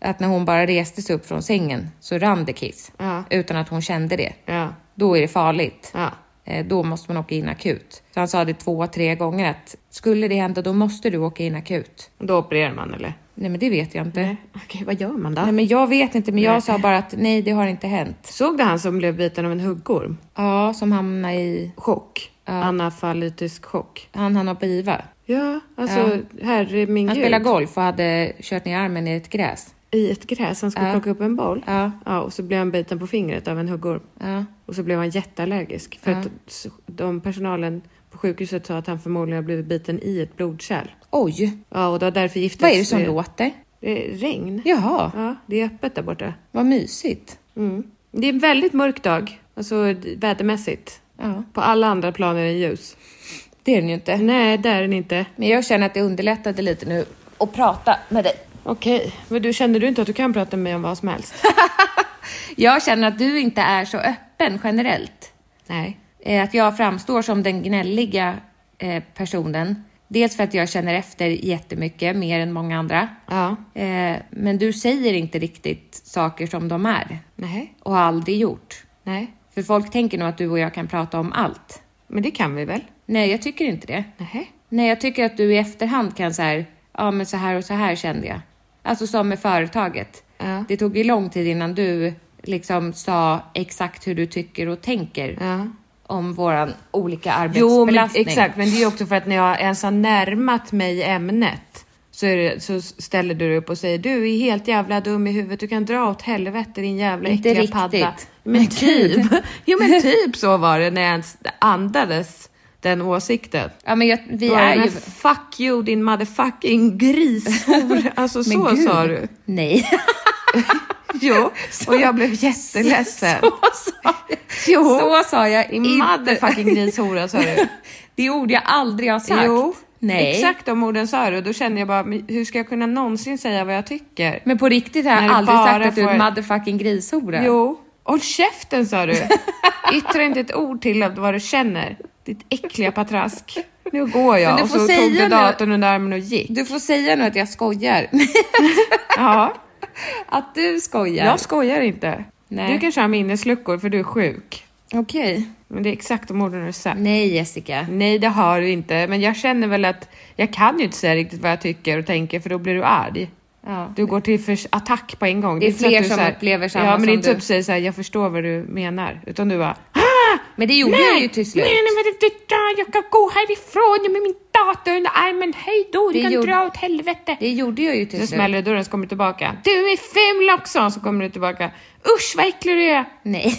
[SPEAKER 1] att när hon bara reste sig upp från sängen så rann det kiss
[SPEAKER 2] Ja.
[SPEAKER 1] utan att hon kände det.
[SPEAKER 2] Ja.
[SPEAKER 1] Då är det farligt.
[SPEAKER 2] Ja.
[SPEAKER 1] Eh, Då måste man åka in akut. Så han sa det två, tre gånger att skulle det hända, då måste du åka in akut.
[SPEAKER 2] Då opererar man eller? Eh,
[SPEAKER 1] Nej, men det vet jag inte. Nej,
[SPEAKER 2] Okej, vad gör man då?
[SPEAKER 1] men jag vet inte, men jag
[SPEAKER 2] Nej.
[SPEAKER 1] sa bara att nej, det har inte hänt.
[SPEAKER 2] Såg du han som blev biten av en huggorm?
[SPEAKER 1] Ja, som hamnade i...
[SPEAKER 2] Chock. Anafalytisk chock.
[SPEAKER 1] Han hann hoppa IVA.
[SPEAKER 2] Ja, alltså herre min
[SPEAKER 1] Han
[SPEAKER 2] gud.
[SPEAKER 1] spelade golf och hade kört ner armen i ett gräs.
[SPEAKER 2] i ett gräs. Han skulle
[SPEAKER 1] Ja.
[SPEAKER 2] plocka upp en boll.
[SPEAKER 1] Ja.
[SPEAKER 2] och så blev han biten på fingret av en huggorm.
[SPEAKER 1] Ja.
[SPEAKER 2] Och så blev han jätteallergisk. För
[SPEAKER 1] Ja.
[SPEAKER 2] att s- de personalen på sjukhuset sa att han förmodligen har blivit biten i ett blodkärl.
[SPEAKER 1] Oj,
[SPEAKER 2] Ja, och det var därför giftet...
[SPEAKER 1] vad är det som låter?
[SPEAKER 2] Det är regn.
[SPEAKER 1] Jaha,
[SPEAKER 2] Ja, det är öppet där borta.
[SPEAKER 1] vad mysigt.
[SPEAKER 2] Mm. Det är en väldigt mörk dag, alltså d- vädermässigt.
[SPEAKER 1] Ja,
[SPEAKER 2] På alla andra plan är det ljus.
[SPEAKER 1] det är den ju inte.
[SPEAKER 2] Nej, där är den inte.
[SPEAKER 1] Men jag känner att det underlättade lite nu att prata med dig.
[SPEAKER 2] Okej, men du känner du inte att du kan prata med mig om vad som helst?
[SPEAKER 1] Jag känner att du inte är så öppen generellt.
[SPEAKER 2] Nej.
[SPEAKER 1] Eh, Att jag framstår som den gnälliga eh, personen. Dels för att jag känner efter jättemycket, mer än många andra.
[SPEAKER 2] Ja.
[SPEAKER 1] Eh, Men du säger inte riktigt saker som de är.
[SPEAKER 2] Nej.
[SPEAKER 1] Och har aldrig gjort.
[SPEAKER 2] Nej.
[SPEAKER 1] För folk tänker nog att du och jag kan prata om allt.
[SPEAKER 2] Men det kan vi väl?
[SPEAKER 1] Nej, jag tycker inte det.
[SPEAKER 2] Nej.
[SPEAKER 1] Nej, jag tycker att du i efterhand kan så här, ja men så här och så här kände jag. Alltså som med företaget.
[SPEAKER 2] Ja.
[SPEAKER 1] Det tog ju lång tid innan du liksom sa exakt hur du tycker och tänker
[SPEAKER 2] Ja.
[SPEAKER 1] om våran olika
[SPEAKER 2] Jo,
[SPEAKER 1] arbetsbelastning.
[SPEAKER 2] men, exakt. Men det är ju också för att när jag ens har närmat mig ämnet så, är det, så ställer du dig upp och säger du är helt jävla dum i huvudet. Du kan dra åt helvete din jävla
[SPEAKER 1] Inte
[SPEAKER 2] äckliga
[SPEAKER 1] riktigt.
[SPEAKER 2] padda.
[SPEAKER 1] Men
[SPEAKER 2] Men typ. jo, men typ så var det när jag ens andades den åsikten.
[SPEAKER 1] Ja, men jag, vi
[SPEAKER 2] Då
[SPEAKER 1] är
[SPEAKER 2] jag,
[SPEAKER 1] ju...
[SPEAKER 2] men Fuck you din motherfucking grishor. Alltså så
[SPEAKER 1] gud.
[SPEAKER 2] sa du.
[SPEAKER 1] Nej.
[SPEAKER 2] Jo, och jag blev jätteledsen.
[SPEAKER 1] Så sa jag,
[SPEAKER 2] Jo.
[SPEAKER 1] så sa jag
[SPEAKER 2] Din
[SPEAKER 1] inte.
[SPEAKER 2] motherfucking grishora sa du.
[SPEAKER 1] Det är ord jag aldrig har sagt.
[SPEAKER 2] Jo,
[SPEAKER 1] Nej.
[SPEAKER 2] exakt de orden sa du. Då kände jag bara, men hur ska jag kunna någonsin säga vad jag tycker?
[SPEAKER 1] Men på riktigt har jag
[SPEAKER 2] När du
[SPEAKER 1] aldrig
[SPEAKER 2] bara
[SPEAKER 1] sagt att du är
[SPEAKER 2] får-
[SPEAKER 1] en motherfucking grishora.
[SPEAKER 2] Jo, håll käften sa du. Yttra inte ett ord till av vad du känner. Ditt äckliga patrask. Nu går jag.
[SPEAKER 1] Men du
[SPEAKER 2] Och
[SPEAKER 1] får
[SPEAKER 2] så
[SPEAKER 1] säga
[SPEAKER 2] tog
[SPEAKER 1] nu-
[SPEAKER 2] du datorn under armen och gick.
[SPEAKER 1] Du får säga nu att jag skojar.
[SPEAKER 2] Ja,
[SPEAKER 1] att du skojar.
[SPEAKER 2] jag skojar inte.
[SPEAKER 1] Nej.
[SPEAKER 2] Du kanske har minnesluckor för du är sjuk.
[SPEAKER 1] Okej.
[SPEAKER 2] Men det är exakt de orden du har sagt.
[SPEAKER 1] Nej, Jessica.
[SPEAKER 2] Nej, det har du inte. Men jag känner väl att jag kan ju inte säga riktigt vad jag tycker och tänker för då blir du arg.
[SPEAKER 1] Ja.
[SPEAKER 2] Du går till förs- attack på en gång.
[SPEAKER 1] Det är
[SPEAKER 2] inte så att
[SPEAKER 1] fler
[SPEAKER 2] du
[SPEAKER 1] som
[SPEAKER 2] så här-
[SPEAKER 1] upplever samma
[SPEAKER 2] Ja, men det är
[SPEAKER 1] som
[SPEAKER 2] inte så att
[SPEAKER 1] du.
[SPEAKER 2] du säger så här, jag förstår vad du menar. Utan du bara,
[SPEAKER 1] Men det gjorde jag ju till slut.
[SPEAKER 2] Nej, nej, men det- det- ja, jag kan gå härifrån med min dator under armen. Hej då, du
[SPEAKER 1] Det
[SPEAKER 2] kan
[SPEAKER 1] gjorde-
[SPEAKER 2] dra åt helvete.
[SPEAKER 1] Det gjorde jag ju till
[SPEAKER 2] Så
[SPEAKER 1] slut.
[SPEAKER 2] smäller dörren så kommer du tillbaka. Du är ful också! Så kommer du tillbaka. Usch vad äcklig du är!
[SPEAKER 1] Nej.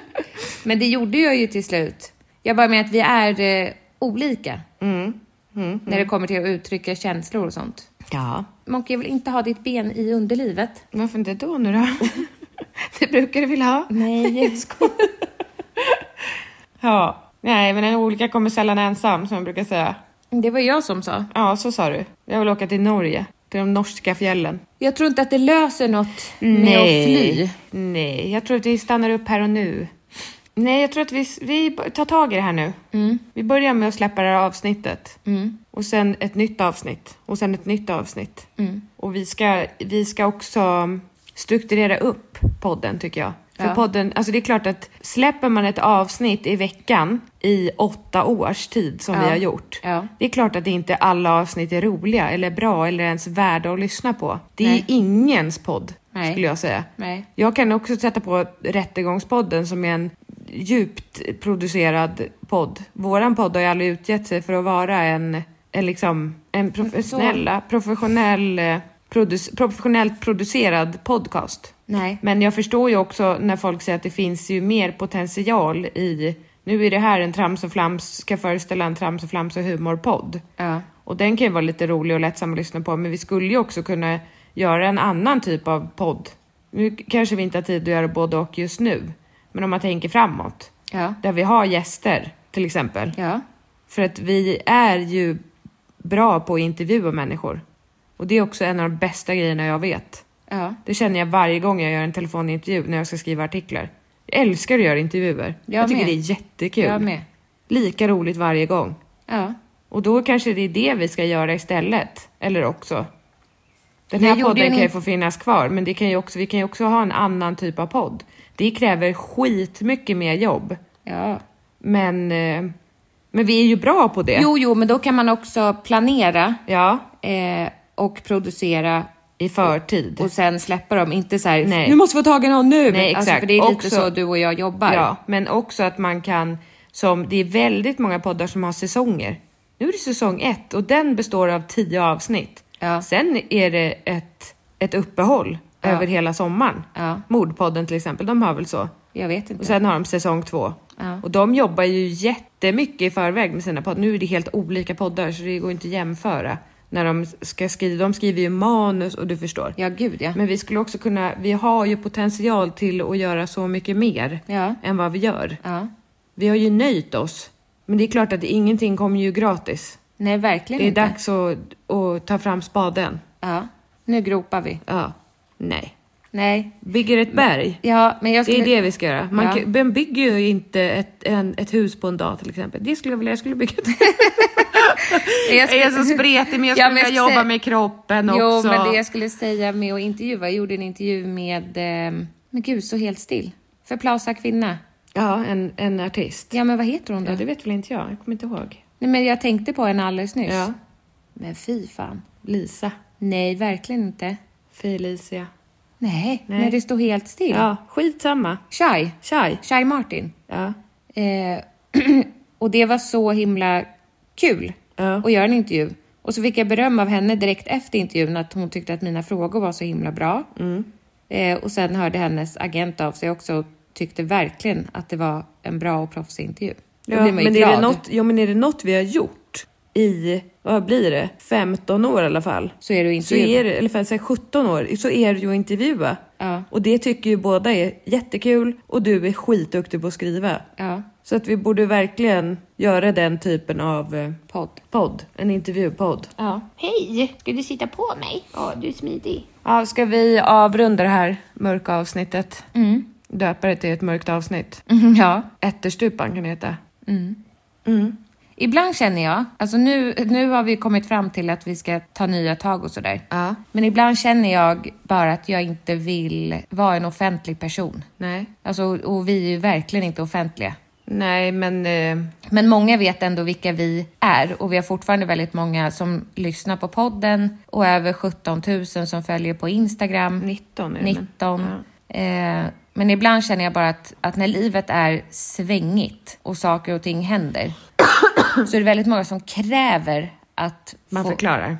[SPEAKER 1] men det gjorde jag ju till slut. Jag bara menar att vi är eh, olika. Mm, När det kommer till att uttrycka känslor och sånt.
[SPEAKER 2] Ja.
[SPEAKER 1] Monke, jag vill inte ha ditt ben i underlivet.
[SPEAKER 2] Varför inte då nu då? det brukar du vilja ha.
[SPEAKER 1] Nej.
[SPEAKER 2] Ja. Nej, men en olycka kommer sällan ensam som jag brukar säga.
[SPEAKER 1] det var jag som sa.
[SPEAKER 2] Ja, så sa du. Jag vill åka till Norge. Till de norska fjällen.
[SPEAKER 1] Jag tror inte att det löser något med att fly.
[SPEAKER 2] Nej, jag tror att vi stannar upp här och nu. Nej, jag tror att vi, vi b- tar tag i det här nu.
[SPEAKER 1] Mm.
[SPEAKER 2] Vi börjar med att släppa det här avsnittet. Och sen ett nytt avsnitt. Och sen ett nytt avsnitt.
[SPEAKER 1] Mm.
[SPEAKER 2] Och vi ska, vi ska också strukturera upp podden tycker jag. För podden, alltså det är klart att släpper man ett avsnitt i veckan i åtta års tid som vi har gjort.
[SPEAKER 1] Ja.
[SPEAKER 2] Det är klart att inte alla avsnitt är roliga eller bra eller ens värda att lyssna på. Det är
[SPEAKER 1] Nej.
[SPEAKER 2] ingens podd
[SPEAKER 1] Nej.
[SPEAKER 2] skulle jag säga.
[SPEAKER 1] Nej.
[SPEAKER 2] Jag kan också sätta på Rättegångspodden som är en djupt producerad podd. Våran podd har ju aldrig utgett sig för att vara en, en, liksom, en professionella, professionell, eh, produc- professionellt producerad podcast.
[SPEAKER 1] Nej.
[SPEAKER 2] Men jag förstår ju också när folk säger att det finns ju mer potential i... Nu är det här en trams och flams, ska föreställa en trams och flams och humorpodd.
[SPEAKER 1] Ja.
[SPEAKER 2] Och den kan ju vara lite rolig och lättsam att lyssna på, men vi skulle ju också kunna göra en annan typ av podd. Nu k- kanske vi inte har tid att göra både och just nu, men om man tänker framåt,
[SPEAKER 1] Ja.
[SPEAKER 2] där vi har gäster till exempel.
[SPEAKER 1] Ja.
[SPEAKER 2] För att vi är ju bra på att intervjua människor. Och det är också en av de bästa grejerna jag vet.
[SPEAKER 1] Ja.
[SPEAKER 2] Det känner jag varje gång jag gör en telefonintervju när jag ska skriva artiklar. Jag älskar att göra intervjuer.
[SPEAKER 1] Jag
[SPEAKER 2] Jag, tycker
[SPEAKER 1] med.
[SPEAKER 2] det är jättekul.
[SPEAKER 1] Jag med.
[SPEAKER 2] Lika roligt varje gång.
[SPEAKER 1] Ja.
[SPEAKER 2] Och då kanske det är det vi ska göra istället. Eller också. Den
[SPEAKER 1] Jag
[SPEAKER 2] här
[SPEAKER 1] gjorde
[SPEAKER 2] podden
[SPEAKER 1] en
[SPEAKER 2] kan ju
[SPEAKER 1] in-
[SPEAKER 2] få finnas kvar, men det kan ju också, vi kan ju också ha en annan typ av podd. Det kräver skitmycket mer jobb.
[SPEAKER 1] Ja.
[SPEAKER 2] Men, eh, men vi är ju bra på det.
[SPEAKER 1] Jo, jo, men då kan man också planera
[SPEAKER 2] Ja,
[SPEAKER 1] eh, och producera
[SPEAKER 2] i förtid.
[SPEAKER 1] och sen släppa dem. Inte så här,
[SPEAKER 2] Nej.
[SPEAKER 1] nu måste vi få tag i någon nu!
[SPEAKER 2] Nej,
[SPEAKER 1] Alltså,
[SPEAKER 2] exakt.
[SPEAKER 1] för det är lite
[SPEAKER 2] Också-
[SPEAKER 1] så du och jag jobbar.
[SPEAKER 2] Ja, men också att man kan, som det är väldigt många poddar som har säsonger. Nu är det säsong ett och den består av tio avsnitt.
[SPEAKER 1] Ja.
[SPEAKER 2] Sen är det ett, ett uppehåll över hela sommaren.
[SPEAKER 1] Ja.
[SPEAKER 2] Mordpodden till exempel, de har väl så.
[SPEAKER 1] Jag vet inte.
[SPEAKER 2] Och sen har de säsong två.
[SPEAKER 1] Ja.
[SPEAKER 2] Och de jobbar ju jättemycket i förväg med sina poddar. Nu är det helt olika poddar så det går inte att jämföra. När de, ska skriva, de skriver ju manus och du förstår.
[SPEAKER 1] Ja, gud ja.
[SPEAKER 2] Men vi skulle också kunna, vi har ju potential till att göra så mycket mer
[SPEAKER 1] Ja.
[SPEAKER 2] än vad vi gör.
[SPEAKER 1] ja.
[SPEAKER 2] Vi har ju nöjt oss. Men det är klart att ingenting kommer ju gratis.
[SPEAKER 1] Nej, verkligen
[SPEAKER 2] Det är
[SPEAKER 1] inte.
[SPEAKER 2] dags att, att ta fram spaden.
[SPEAKER 1] Ja. Nu gropar vi.
[SPEAKER 2] Ja. Nej.
[SPEAKER 1] Nej.
[SPEAKER 2] Bygger ett berg.
[SPEAKER 1] Ja, men jag
[SPEAKER 2] Det
[SPEAKER 1] skulle...
[SPEAKER 2] är det vi ska göra. Man
[SPEAKER 1] Ja.
[SPEAKER 2] kan, man bygger ju inte ett, en, ett hus på en dag till exempel. Det skulle jag vilja, jag skulle bygga ett
[SPEAKER 1] Jag
[SPEAKER 2] Jag är så spretig men jag skulle
[SPEAKER 1] Ja, men jag
[SPEAKER 2] vilja
[SPEAKER 1] ska
[SPEAKER 2] jobba
[SPEAKER 1] säga-
[SPEAKER 2] med kroppen
[SPEAKER 1] Jo,
[SPEAKER 2] också.
[SPEAKER 1] men det jag skulle säga med att intervjua, jag gjorde en intervju med, eh, men gud, så helt still. För Plaza kvinna.
[SPEAKER 2] Ja, en, en artist.
[SPEAKER 1] Ja, men vad heter hon då?
[SPEAKER 2] Ja, det vet väl inte jag. Jag kommer inte ihåg.
[SPEAKER 1] Nej, men jag tänkte på henne alldeles nyss.
[SPEAKER 2] Ja.
[SPEAKER 1] Men fy fan.
[SPEAKER 2] Lisa.
[SPEAKER 1] Nej, verkligen inte.
[SPEAKER 2] Felicia.
[SPEAKER 1] Nej,
[SPEAKER 2] Nej.
[SPEAKER 1] när det står helt still.
[SPEAKER 2] Ja, skitsamma.
[SPEAKER 1] Shai.
[SPEAKER 2] Shai.
[SPEAKER 1] Shai Martin.
[SPEAKER 2] Ja.
[SPEAKER 1] Eh, och det var så himla kul
[SPEAKER 2] Ja.
[SPEAKER 1] att göra en intervju. Och så fick jag beröm av henne direkt efter intervjun att hon tyckte att mina frågor var så himla bra.
[SPEAKER 2] Mm.
[SPEAKER 1] Eh, och sen hörde hennes agent av sig också och tyckte verkligen att det var en bra och proffsig intervju. Då
[SPEAKER 2] Ja,
[SPEAKER 1] blir man ju
[SPEAKER 2] men, är det
[SPEAKER 1] glad.
[SPEAKER 2] något, ja, men är det något vi har gjort i, vad blir det, 15 år i alla fall?
[SPEAKER 1] Så är det att
[SPEAKER 2] Så
[SPEAKER 1] intervjua.
[SPEAKER 2] är det, eller för att säga 17 år, så är det ju att intervjua.
[SPEAKER 1] Ja.
[SPEAKER 2] Och det tycker ju båda är jättekul och du är skitduktig på att skriva.
[SPEAKER 1] Ja,
[SPEAKER 2] Så att vi borde verkligen göra den typen av eh,
[SPEAKER 1] podd.
[SPEAKER 2] podd, en intervjupodd.
[SPEAKER 1] Ja.
[SPEAKER 4] Hej! Ska du sitta på mig? Ja, du är smidig.
[SPEAKER 2] Ja, ska vi avrunda det här mörka avsnittet? Döpa det till ett mörkt avsnitt.
[SPEAKER 1] Mm. ja.
[SPEAKER 2] Ätterstupan kan det heta.
[SPEAKER 1] Ibland känner jag, alltså nu, nu har vi kommit fram till att vi ska ta nya tag och sådär.
[SPEAKER 2] Ja.
[SPEAKER 1] Men ibland känner jag bara att jag inte vill vara en offentlig person.
[SPEAKER 2] Nej.
[SPEAKER 1] Alltså, och- och vi är ju verkligen inte offentliga.
[SPEAKER 2] Nej, men... Eh,
[SPEAKER 1] Men många vet ändå vilka vi är och vi har fortfarande väldigt många som lyssnar på podden och över 17 000 som följer på Instagram.
[SPEAKER 2] 19 är det, men-
[SPEAKER 1] 19. Eh, men ibland känner jag bara att, att när livet är svängigt och saker och ting händer så är det väldigt många som kräver att
[SPEAKER 2] man
[SPEAKER 1] få,
[SPEAKER 2] förklarar.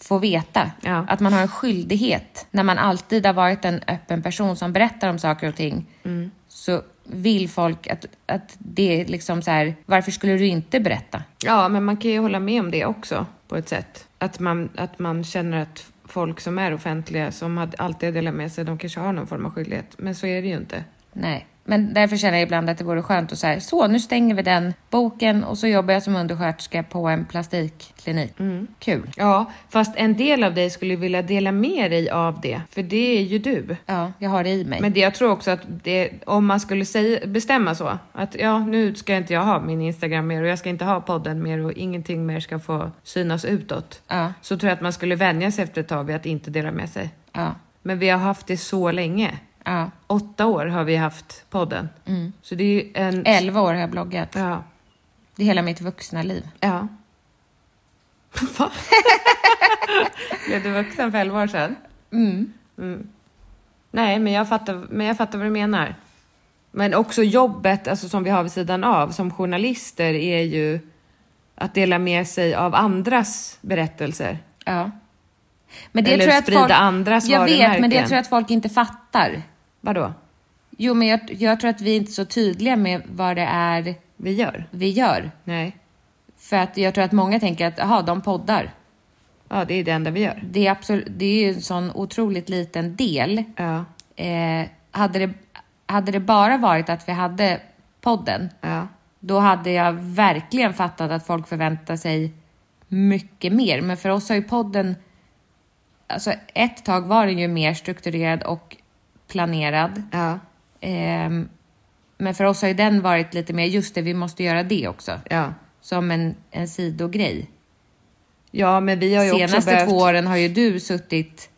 [SPEAKER 1] få veta.
[SPEAKER 2] Ja.
[SPEAKER 1] Att man har en skyldighet. När man alltid har varit en öppen person som berättar om saker och ting
[SPEAKER 2] Mm.
[SPEAKER 1] så vill folk att, att det är liksom så här, varför skulle du inte berätta?
[SPEAKER 2] Ja, men man kan ju hålla med om det också på ett sätt. Att man, att man känner att folk som är offentliga, som hade- alltid har delat med sig, de kanske har någon form av skyldighet. Men så är det ju inte.
[SPEAKER 1] Nej. Men därför känner jag ibland att det vore skönt att så här, så nu stänger vi den boken och så jobbar jag som undersköterska på en plastikklinik.
[SPEAKER 2] Mm.
[SPEAKER 1] Kul.
[SPEAKER 2] Ja, fast en del av dig skulle vilja dela med dig av det, för det är ju du.
[SPEAKER 1] Ja, jag har det i mig.
[SPEAKER 2] Men det, jag tror också att det, om man skulle säga, bestämma så, att ja, nu ska inte jag ha min Instagram mer och jag ska inte ha podden mer och ingenting mer ska få synas utåt.
[SPEAKER 1] Ja.
[SPEAKER 2] Så tror jag att man skulle vänja sig efter ett tag vid att inte dela med sig.
[SPEAKER 1] Ja,
[SPEAKER 2] Men vi har haft det så länge.
[SPEAKER 1] ja. Mm.
[SPEAKER 2] Åtta år har vi haft podden. Så det är ju en...
[SPEAKER 1] Elva år har jag bloggat.
[SPEAKER 2] Ja.
[SPEAKER 1] Det är hela mitt vuxna liv.
[SPEAKER 2] Ja. Va? Blev du vuxen för elva år sedan? Mm. Nej, men jag, fattar, men jag fattar vad du menar. Men också jobbet alltså, som vi har vid sidan av som journalister är ju att dela med sig av andras berättelser.
[SPEAKER 1] Ja. Men
[SPEAKER 2] Eller sprida andras
[SPEAKER 1] Jag vet, men det
[SPEAKER 2] varumärken.
[SPEAKER 1] tror jag att folk inte fattar.
[SPEAKER 2] Vadå?
[SPEAKER 1] Jo, men jag, jag tror att vi är inte är så tydliga med vad det är
[SPEAKER 2] Vi gör?
[SPEAKER 1] vi gör.
[SPEAKER 2] Nej.
[SPEAKER 1] För att jag tror att många tänker att, jaha, de poddar.
[SPEAKER 2] Ja, det är det enda vi gör.
[SPEAKER 1] Det är, absolut, det är ju en sån otroligt liten del.
[SPEAKER 2] Ja.
[SPEAKER 1] Eh, hade, det, hade det bara varit att vi hade podden,
[SPEAKER 2] Ja.
[SPEAKER 1] då hade jag verkligen fattat att folk förväntar sig mycket mer. Men för oss har ju podden, alltså ett tag var den ju mer strukturerad och planerad.
[SPEAKER 2] Ja.
[SPEAKER 1] Ehm, men för oss har ju den varit lite mer, just det, vi måste göra det också.
[SPEAKER 2] Ja.
[SPEAKER 1] Som en, en sidogrej.
[SPEAKER 2] Ja, men vi har ju också
[SPEAKER 1] Senaste
[SPEAKER 2] behövt...
[SPEAKER 1] två åren har ju du suttit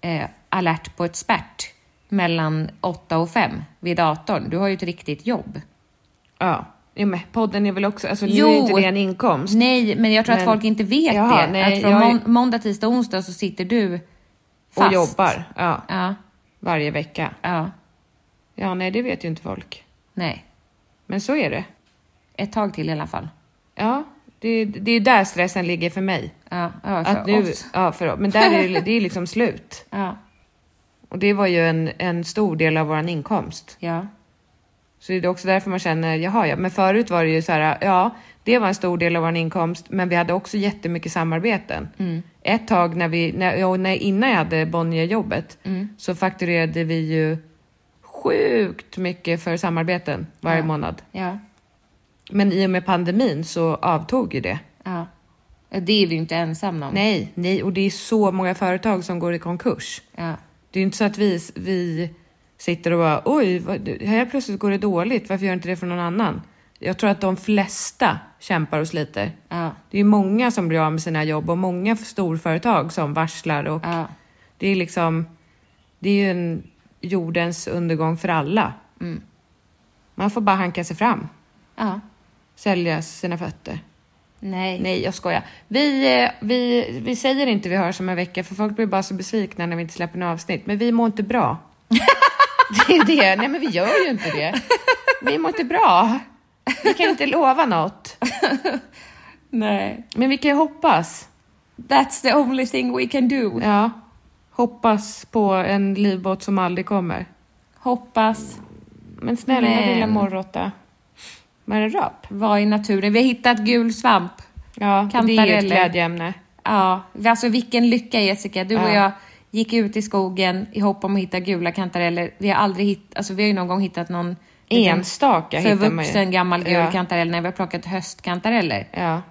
[SPEAKER 1] eh, alert på ett spert mellan åtta och fem vid datorn. Du har ju ett riktigt jobb.
[SPEAKER 2] Ja. Jo, men podden är väl också... Alltså, nu är ju inte det en inkomst.
[SPEAKER 1] Nej, men jag tror att
[SPEAKER 2] Men-
[SPEAKER 1] folk inte vet
[SPEAKER 2] Jaha,
[SPEAKER 1] det.
[SPEAKER 2] nej,
[SPEAKER 1] att från
[SPEAKER 2] jag är-
[SPEAKER 1] mån- måndag, tisdag, onsdag så sitter du fast.
[SPEAKER 2] Och jobbar. Ja.
[SPEAKER 1] Ja,
[SPEAKER 2] Varje vecka.
[SPEAKER 1] ja,
[SPEAKER 2] Ja, nej, det vet ju inte folk.
[SPEAKER 1] nej.
[SPEAKER 2] Men så är det.
[SPEAKER 1] Ett tag till i alla fall.
[SPEAKER 2] Ja, Det, är- det är där stressen ligger för mig.
[SPEAKER 1] Ja, ja, för
[SPEAKER 2] Att nu,
[SPEAKER 1] oss.
[SPEAKER 2] ja, för, men där är det, det är liksom slut.
[SPEAKER 1] Ja,
[SPEAKER 2] Och det var ju en, en stor del av vår inkomst.
[SPEAKER 1] ja.
[SPEAKER 2] Så det är också därför man känner, jaha ja, men förut var det ju så här, ja, det var en stor del av vår inkomst, men vi hade också jättemycket samarbeten.
[SPEAKER 1] Mm.
[SPEAKER 2] Ett tag när vi, när, ja, och när, innan jag hade Bonnier-jobbet,
[SPEAKER 1] Mm.
[SPEAKER 2] så fakturerade vi ju sjukt mycket för samarbeten varje
[SPEAKER 1] Ja.
[SPEAKER 2] månad.
[SPEAKER 1] ja.
[SPEAKER 2] Men i och med pandemin så avtog ju det.
[SPEAKER 1] Ja. Ja, Det är vi ju inte ensamma om.
[SPEAKER 2] Nej, nej, och det är så många företag som går i konkurs.
[SPEAKER 1] Ja.
[SPEAKER 2] Det är ju inte så att vi, vi sitter och bara oj, vad, här plötsligt går det dåligt, varför gör inte det för någon annan? Jag tror att de flesta kämpar och sliter.
[SPEAKER 1] Ja.
[SPEAKER 2] Det är många som blir av med sina jobb och många storföretag som varslar och
[SPEAKER 1] Ja.
[SPEAKER 2] det är liksom, det är ju en jordens undergång för alla.
[SPEAKER 1] Mm.
[SPEAKER 2] Man får bara hanka sig fram,
[SPEAKER 1] ja.
[SPEAKER 2] sälja sina fötter.
[SPEAKER 1] Nej.
[SPEAKER 2] Nej, jag skojar. Vi, eh, vi, vi säger inte vi hörs om en vecka för folk blir bara så besvikna när vi inte släpper några avsnitt. Men vi mår inte bra. Det är det. Nej, men vi gör ju inte det. Vi mår inte bra. Vi kan inte lova något.
[SPEAKER 1] Nej.
[SPEAKER 2] Men vi kan ju hoppas.
[SPEAKER 1] That's the only thing we can do.
[SPEAKER 2] Ja. Hoppas på en livbåt som aldrig kommer.
[SPEAKER 1] Hoppas.
[SPEAKER 2] Men snälla
[SPEAKER 1] Men-
[SPEAKER 2] lilla morrråtta. Var det rap?
[SPEAKER 1] Vara i naturen. Vi har hittat gul svamp.
[SPEAKER 2] Ja, det är ju ett
[SPEAKER 1] Kantareller.
[SPEAKER 2] glädjeämne.
[SPEAKER 1] Ja, alltså vilken lycka Jessica. Du och
[SPEAKER 2] Ja.
[SPEAKER 1] jag gick ut i skogen i hopp om att hitta gula kantareller. Vi har aldrig hittat, alltså vi har ju någon gång hittat någon liten
[SPEAKER 2] Enstaka hittar man ju.
[SPEAKER 1] förvuxen gammal gul
[SPEAKER 2] Ja.
[SPEAKER 1] kantarell när vi har plockat höstkantareller.
[SPEAKER 2] Ja.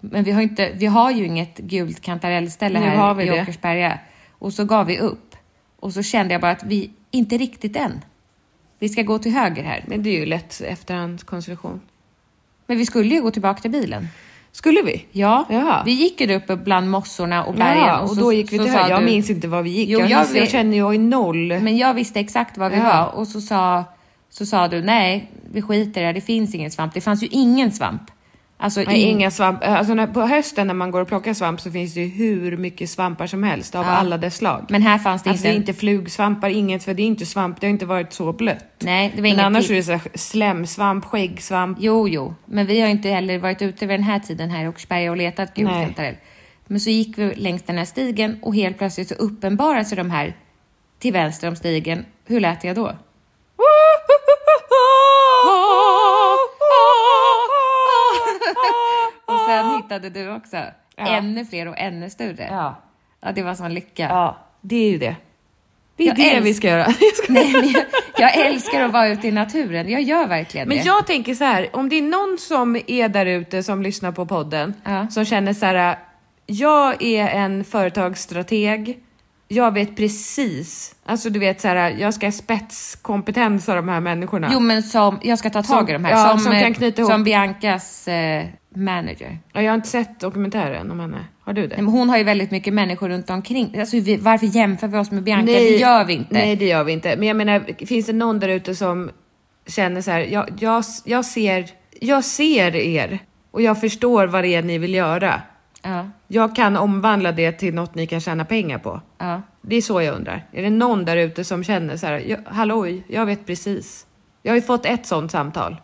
[SPEAKER 1] Men vi har, ju inte, vi har ju inget gult kantarellställe
[SPEAKER 2] Nu
[SPEAKER 1] här
[SPEAKER 2] har vi
[SPEAKER 1] i
[SPEAKER 2] det.
[SPEAKER 1] Åkersberga. Och så gav vi upp. Och så kände jag bara att vi, inte riktigt än. Vi ska gå till höger här.
[SPEAKER 2] Men det är ju lätt efterhandskonstruktion.
[SPEAKER 1] Men vi skulle ju gå tillbaka till bilen.
[SPEAKER 2] Skulle vi?
[SPEAKER 1] Ja,
[SPEAKER 2] Jaha.
[SPEAKER 1] vi gick ju där uppe bland mossorna och bergen.
[SPEAKER 2] Ja, och,
[SPEAKER 1] så-
[SPEAKER 2] då gick vi
[SPEAKER 1] så
[SPEAKER 2] till
[SPEAKER 1] sa
[SPEAKER 2] höger. Jag
[SPEAKER 1] du-
[SPEAKER 2] minns inte var vi gick.
[SPEAKER 1] Jo,
[SPEAKER 2] jag,
[SPEAKER 1] jag
[SPEAKER 2] minns- jag
[SPEAKER 1] vet-
[SPEAKER 2] känner jag i noll.
[SPEAKER 1] Men jag visste exakt var vi
[SPEAKER 2] Ja.
[SPEAKER 1] var och så sa, så sa du nej, vi skiter i det, här, det finns ingen svamp. Det fanns ju ingen svamp. Alltså,
[SPEAKER 2] Nej,
[SPEAKER 1] ing-
[SPEAKER 2] inga svamp. Alltså när, på hösten när man går och plockar svamp så finns det ju hur mycket svampar som helst av
[SPEAKER 1] Ja.
[SPEAKER 2] alla dess slag.
[SPEAKER 1] Men här fanns det
[SPEAKER 2] alltså,
[SPEAKER 1] inte.
[SPEAKER 2] det är inte flugsvampar, inget, för det är inte svamp, det har inte varit så blött.
[SPEAKER 1] Nej, det var typ-
[SPEAKER 2] Men
[SPEAKER 1] inget
[SPEAKER 2] annars
[SPEAKER 1] till-
[SPEAKER 2] är det så här slemsvamp, skäggsvamp.
[SPEAKER 1] Jo, jo, men vi har inte heller varit ute vid den här tiden här i Åkersberga och letat gul
[SPEAKER 2] Nej.
[SPEAKER 1] kantarell. Men så gick vi längs den här stigen och helt plötsligt så uppenbarar sig de här till vänster om stigen. Hur lät jag då? Och
[SPEAKER 2] Ah.
[SPEAKER 1] sen hittade du också ännu fler och ännu större.
[SPEAKER 2] Ja.
[SPEAKER 1] Ja, det var sån lycka.
[SPEAKER 2] Ja, det är ju det. Det är
[SPEAKER 1] Jag
[SPEAKER 2] det vi
[SPEAKER 1] älsk-
[SPEAKER 2] ska göra.
[SPEAKER 1] Nej, men jag, jag älskar att vara ute i naturen. Jag gör verkligen
[SPEAKER 2] Men
[SPEAKER 1] det.
[SPEAKER 2] jag tänker så här, om det är någon som är där ute som lyssnar på podden
[SPEAKER 1] Ja.
[SPEAKER 2] som känner så här, jag är en företagsstrateg, jag vet precis, alltså du vet så här, jag ska ha spetskompetens av de här människorna.
[SPEAKER 1] Jo, men som, jag ska ta tag i de här.
[SPEAKER 2] ja,
[SPEAKER 1] som,
[SPEAKER 2] som kan
[SPEAKER 1] eh,
[SPEAKER 2] knyta ihop.
[SPEAKER 1] som Biancas eh, manager.
[SPEAKER 2] Ja, Jag har inte sett dokumentären om henne, har du det?
[SPEAKER 1] Nej, men hon har ju väldigt mycket människor runt omkring. Alltså, vi, varför jämför vi oss med Bianca? det gör vi inte.
[SPEAKER 2] Nej, det gör vi inte. Men jag menar, finns det någon där ute som känner så här, jag, jag, jag, ser, jag ser er och jag förstår vad det är ni vill göra.
[SPEAKER 1] Ja,
[SPEAKER 2] Jag kan omvandla det till något ni kan tjäna pengar på.
[SPEAKER 1] ja.
[SPEAKER 2] Det är så jag undrar. Är det någon där ute som känner så här, "Ja, halloj, jag vet precis. Jag har ju fått ett sånt samtal.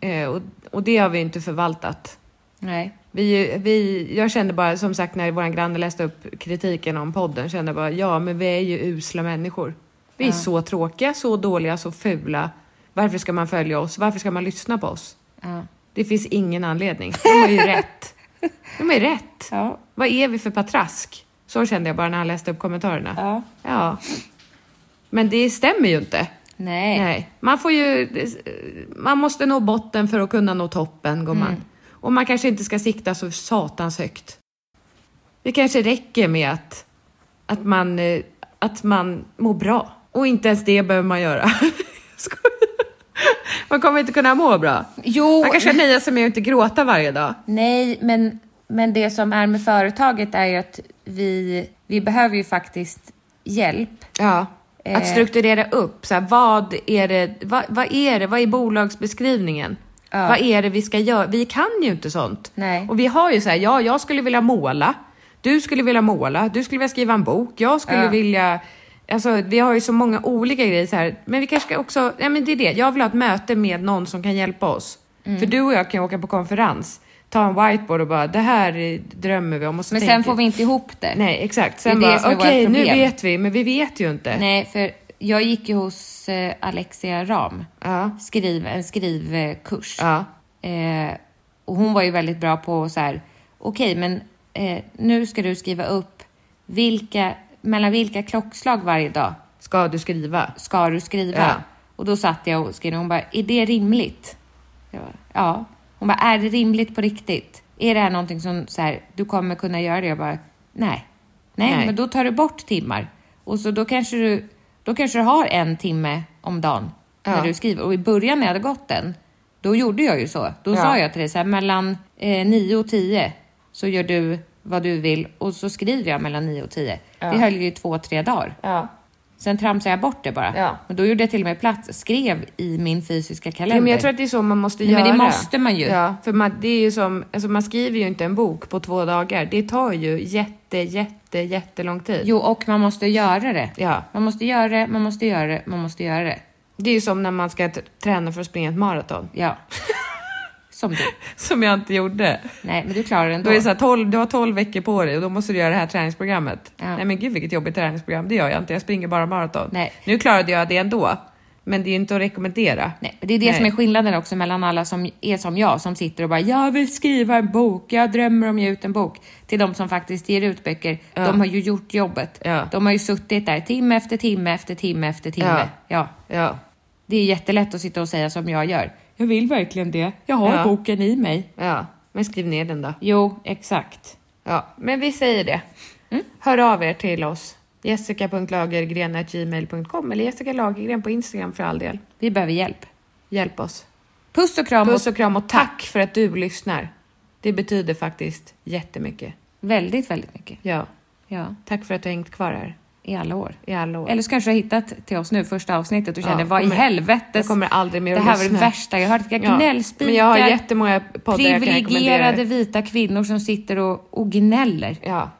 [SPEAKER 2] Eh, och, och det har vi ju inte förvaltat.
[SPEAKER 1] Nej.
[SPEAKER 2] Vi, vi, jag kände bara, som sagt när vår granne läste upp kritiken om podden, kände jag bara, ja men vi är ju usla människor. Vi är så tråkiga, så dåliga, så fula. Varför ska man följa oss? Varför ska man lyssna på oss?
[SPEAKER 1] Ja.
[SPEAKER 2] Det finns ingen anledning. De har ju rätt. De har ju rätt.
[SPEAKER 1] Ja.
[SPEAKER 2] Vad är vi för patrask? Så kände jag bara när han läste upp kommentarerna.
[SPEAKER 1] Ja.
[SPEAKER 2] Ja. Men det stämmer ju inte.
[SPEAKER 1] Nej.
[SPEAKER 2] Nej. Man får ju... Man måste nå botten för att kunna nå toppen, gumman. Och man kanske inte ska sikta så satans högt. Det kanske räcker med att, att, man, eh, att man mår bra. Och inte ens det behöver man göra. Skojar. man kommer inte kunna må bra.
[SPEAKER 1] Jo,
[SPEAKER 2] Man kanske nöjer sig med att inte gråta varje dag.
[SPEAKER 1] nej, men, men det som är med företaget är ju att vi, vi behöver ju faktiskt hjälp.
[SPEAKER 2] Ja.
[SPEAKER 1] Eh.
[SPEAKER 2] Att strukturera upp, så här, vad, är det, vad, vad är det, vad är bolagsbeskrivningen?
[SPEAKER 1] Ja.
[SPEAKER 2] Vad är det vi ska göra? Vi kan ju inte sånt.
[SPEAKER 1] Nej.
[SPEAKER 2] Och vi har ju så här, ja, jag skulle vilja måla, du skulle vilja måla, du skulle vilja skriva en bok, jag skulle
[SPEAKER 1] Ja.
[SPEAKER 2] vilja... Alltså, vi har ju så många olika grejer så här, men vi kanske ska också,
[SPEAKER 1] Mm.
[SPEAKER 2] ja men det är det, jag vill ha ett möte med någon som kan hjälpa oss. För du och jag kan ju åka på konferens. ta en whiteboard och bara det här är- drömmer vi om. Och så
[SPEAKER 1] Men sen
[SPEAKER 2] tänker-
[SPEAKER 1] får vi inte ihop det.
[SPEAKER 2] Nej, exakt.
[SPEAKER 1] Det är
[SPEAKER 2] Sen
[SPEAKER 1] det
[SPEAKER 2] bara
[SPEAKER 1] som är
[SPEAKER 2] okej,
[SPEAKER 1] vårt
[SPEAKER 2] nu
[SPEAKER 1] problem."
[SPEAKER 2] vet vi, men vi vet ju inte.
[SPEAKER 1] Nej, för jag gick ju hos eh, Alexia Ram,
[SPEAKER 2] Ja.
[SPEAKER 1] skriv, en skrivkurs.
[SPEAKER 2] Ja.
[SPEAKER 1] Eh, och hon var ju väldigt bra på så här, okej, men eh, nu ska du skriva upp vilka, mellan vilka klockslag varje dag
[SPEAKER 2] Ska du skriva?
[SPEAKER 1] ska du skriva?
[SPEAKER 2] Ja.
[SPEAKER 1] Och då satt jag och skrev och hon bara, är det rimligt? Jag bara, ja. Hon bara, är det rimligt på riktigt? Är det här någonting som så här, du kommer kunna göra det? Jag bara, nej. Nej,
[SPEAKER 2] Nej.
[SPEAKER 1] men då tar du bort timmar. Och så då kanske du, då kanske du har en timme om dagen när
[SPEAKER 2] Ja.
[SPEAKER 1] du skriver. Och i början när jag hade gått den, då gjorde jag ju så. Då
[SPEAKER 2] Ja.
[SPEAKER 1] sa jag till dig så här, mellan eh, 9 och 10 så gör du vad du vill och så skriver jag mellan 9 och 10. Det höll ju i två, tre dagar.
[SPEAKER 2] Ja.
[SPEAKER 1] Sen tramsade jag bort det bara.
[SPEAKER 2] Ja.
[SPEAKER 1] Men då gjorde jag till och med plats, skrev i min fysiska kalender.
[SPEAKER 2] men jag tror att det är så man måste
[SPEAKER 1] Nej, men
[SPEAKER 2] göra.
[SPEAKER 1] det måste man ju.
[SPEAKER 2] Ja, för man, det är ju som, alltså man skriver ju inte en bok på två dagar. Det tar ju jätte, jätte, jättelång tid.
[SPEAKER 1] Jo, och man måste göra det.
[SPEAKER 2] Ja.
[SPEAKER 1] Man måste göra det, man måste göra det, man måste göra det.
[SPEAKER 2] Det är ju som när man ska t- träna för att springa ett maraton.
[SPEAKER 1] Ja. Som du.
[SPEAKER 2] Som jag inte gjorde.
[SPEAKER 1] Nej, men du klarar det ändå.
[SPEAKER 2] Då är det så här, 12, du har 12 veckor på dig och då måste du göra det här träningsprogrammet.
[SPEAKER 1] Ja.
[SPEAKER 2] Nej men gud vilket jobbigt träningsprogram, det gör jag inte. Jag springer bara maraton.
[SPEAKER 1] Nej.
[SPEAKER 2] Nu klarade jag det ändå. Men det är ju inte att rekommendera.
[SPEAKER 1] Nej, men det är det som är skillnaden också mellan alla som är som jag, som sitter och bara “jag vill skriva en bok, jag drömmer om att ge ut en bok”, till de som faktiskt ger ut böcker. De har ju gjort jobbet.
[SPEAKER 2] Ja.
[SPEAKER 1] De har ju suttit där timme efter timme efter timme efter timme.
[SPEAKER 2] Ja.
[SPEAKER 1] ja.
[SPEAKER 2] Ja.
[SPEAKER 1] Det är jättelätt att sitta och säga som jag gör. Jag vill verkligen det. Jag har
[SPEAKER 2] Ja.
[SPEAKER 1] boken i mig.
[SPEAKER 2] ja. Men skriv ner den då.
[SPEAKER 1] Jo, exakt.
[SPEAKER 2] Ja. Men vi säger det.
[SPEAKER 1] Mm.
[SPEAKER 2] Hör av er till oss. jessica.lagergren.gmail.com eller Jessica Lagergren på Instagram för all del.
[SPEAKER 1] Vi behöver hjälp.
[SPEAKER 2] Hjälp oss.
[SPEAKER 1] Puss och kram
[SPEAKER 2] Puss
[SPEAKER 1] och
[SPEAKER 2] och kram och tack för att du lyssnar. Det betyder faktiskt jättemycket.
[SPEAKER 1] väldigt, väldigt mycket.
[SPEAKER 2] Ja.
[SPEAKER 1] Ja,
[SPEAKER 2] Tack för att du har hängt kvar här
[SPEAKER 1] i alla år.
[SPEAKER 2] i alla år.
[SPEAKER 1] Eller så kanske du har hittat till oss nu, första avsnittet och
[SPEAKER 2] Ja,
[SPEAKER 1] känner vad i
[SPEAKER 2] kommer-
[SPEAKER 1] helvetes...
[SPEAKER 2] jag kommer aldrig mer
[SPEAKER 1] Det
[SPEAKER 2] att
[SPEAKER 1] här var det
[SPEAKER 2] lyssna."
[SPEAKER 1] värsta jag har hört. Vilka
[SPEAKER 2] Ja,
[SPEAKER 1] gnällspikar.
[SPEAKER 2] men jag har jättemånga poddar jag kan rekommendera
[SPEAKER 1] Privilegierade
[SPEAKER 2] dig.
[SPEAKER 1] vita kvinnor som sitter och, och gnäller.
[SPEAKER 2] Ja.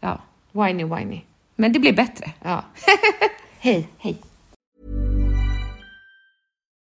[SPEAKER 1] Ja.
[SPEAKER 2] Whiny, whiny.
[SPEAKER 1] Men det blir bättre.
[SPEAKER 2] Ja.
[SPEAKER 1] Hej. Hej.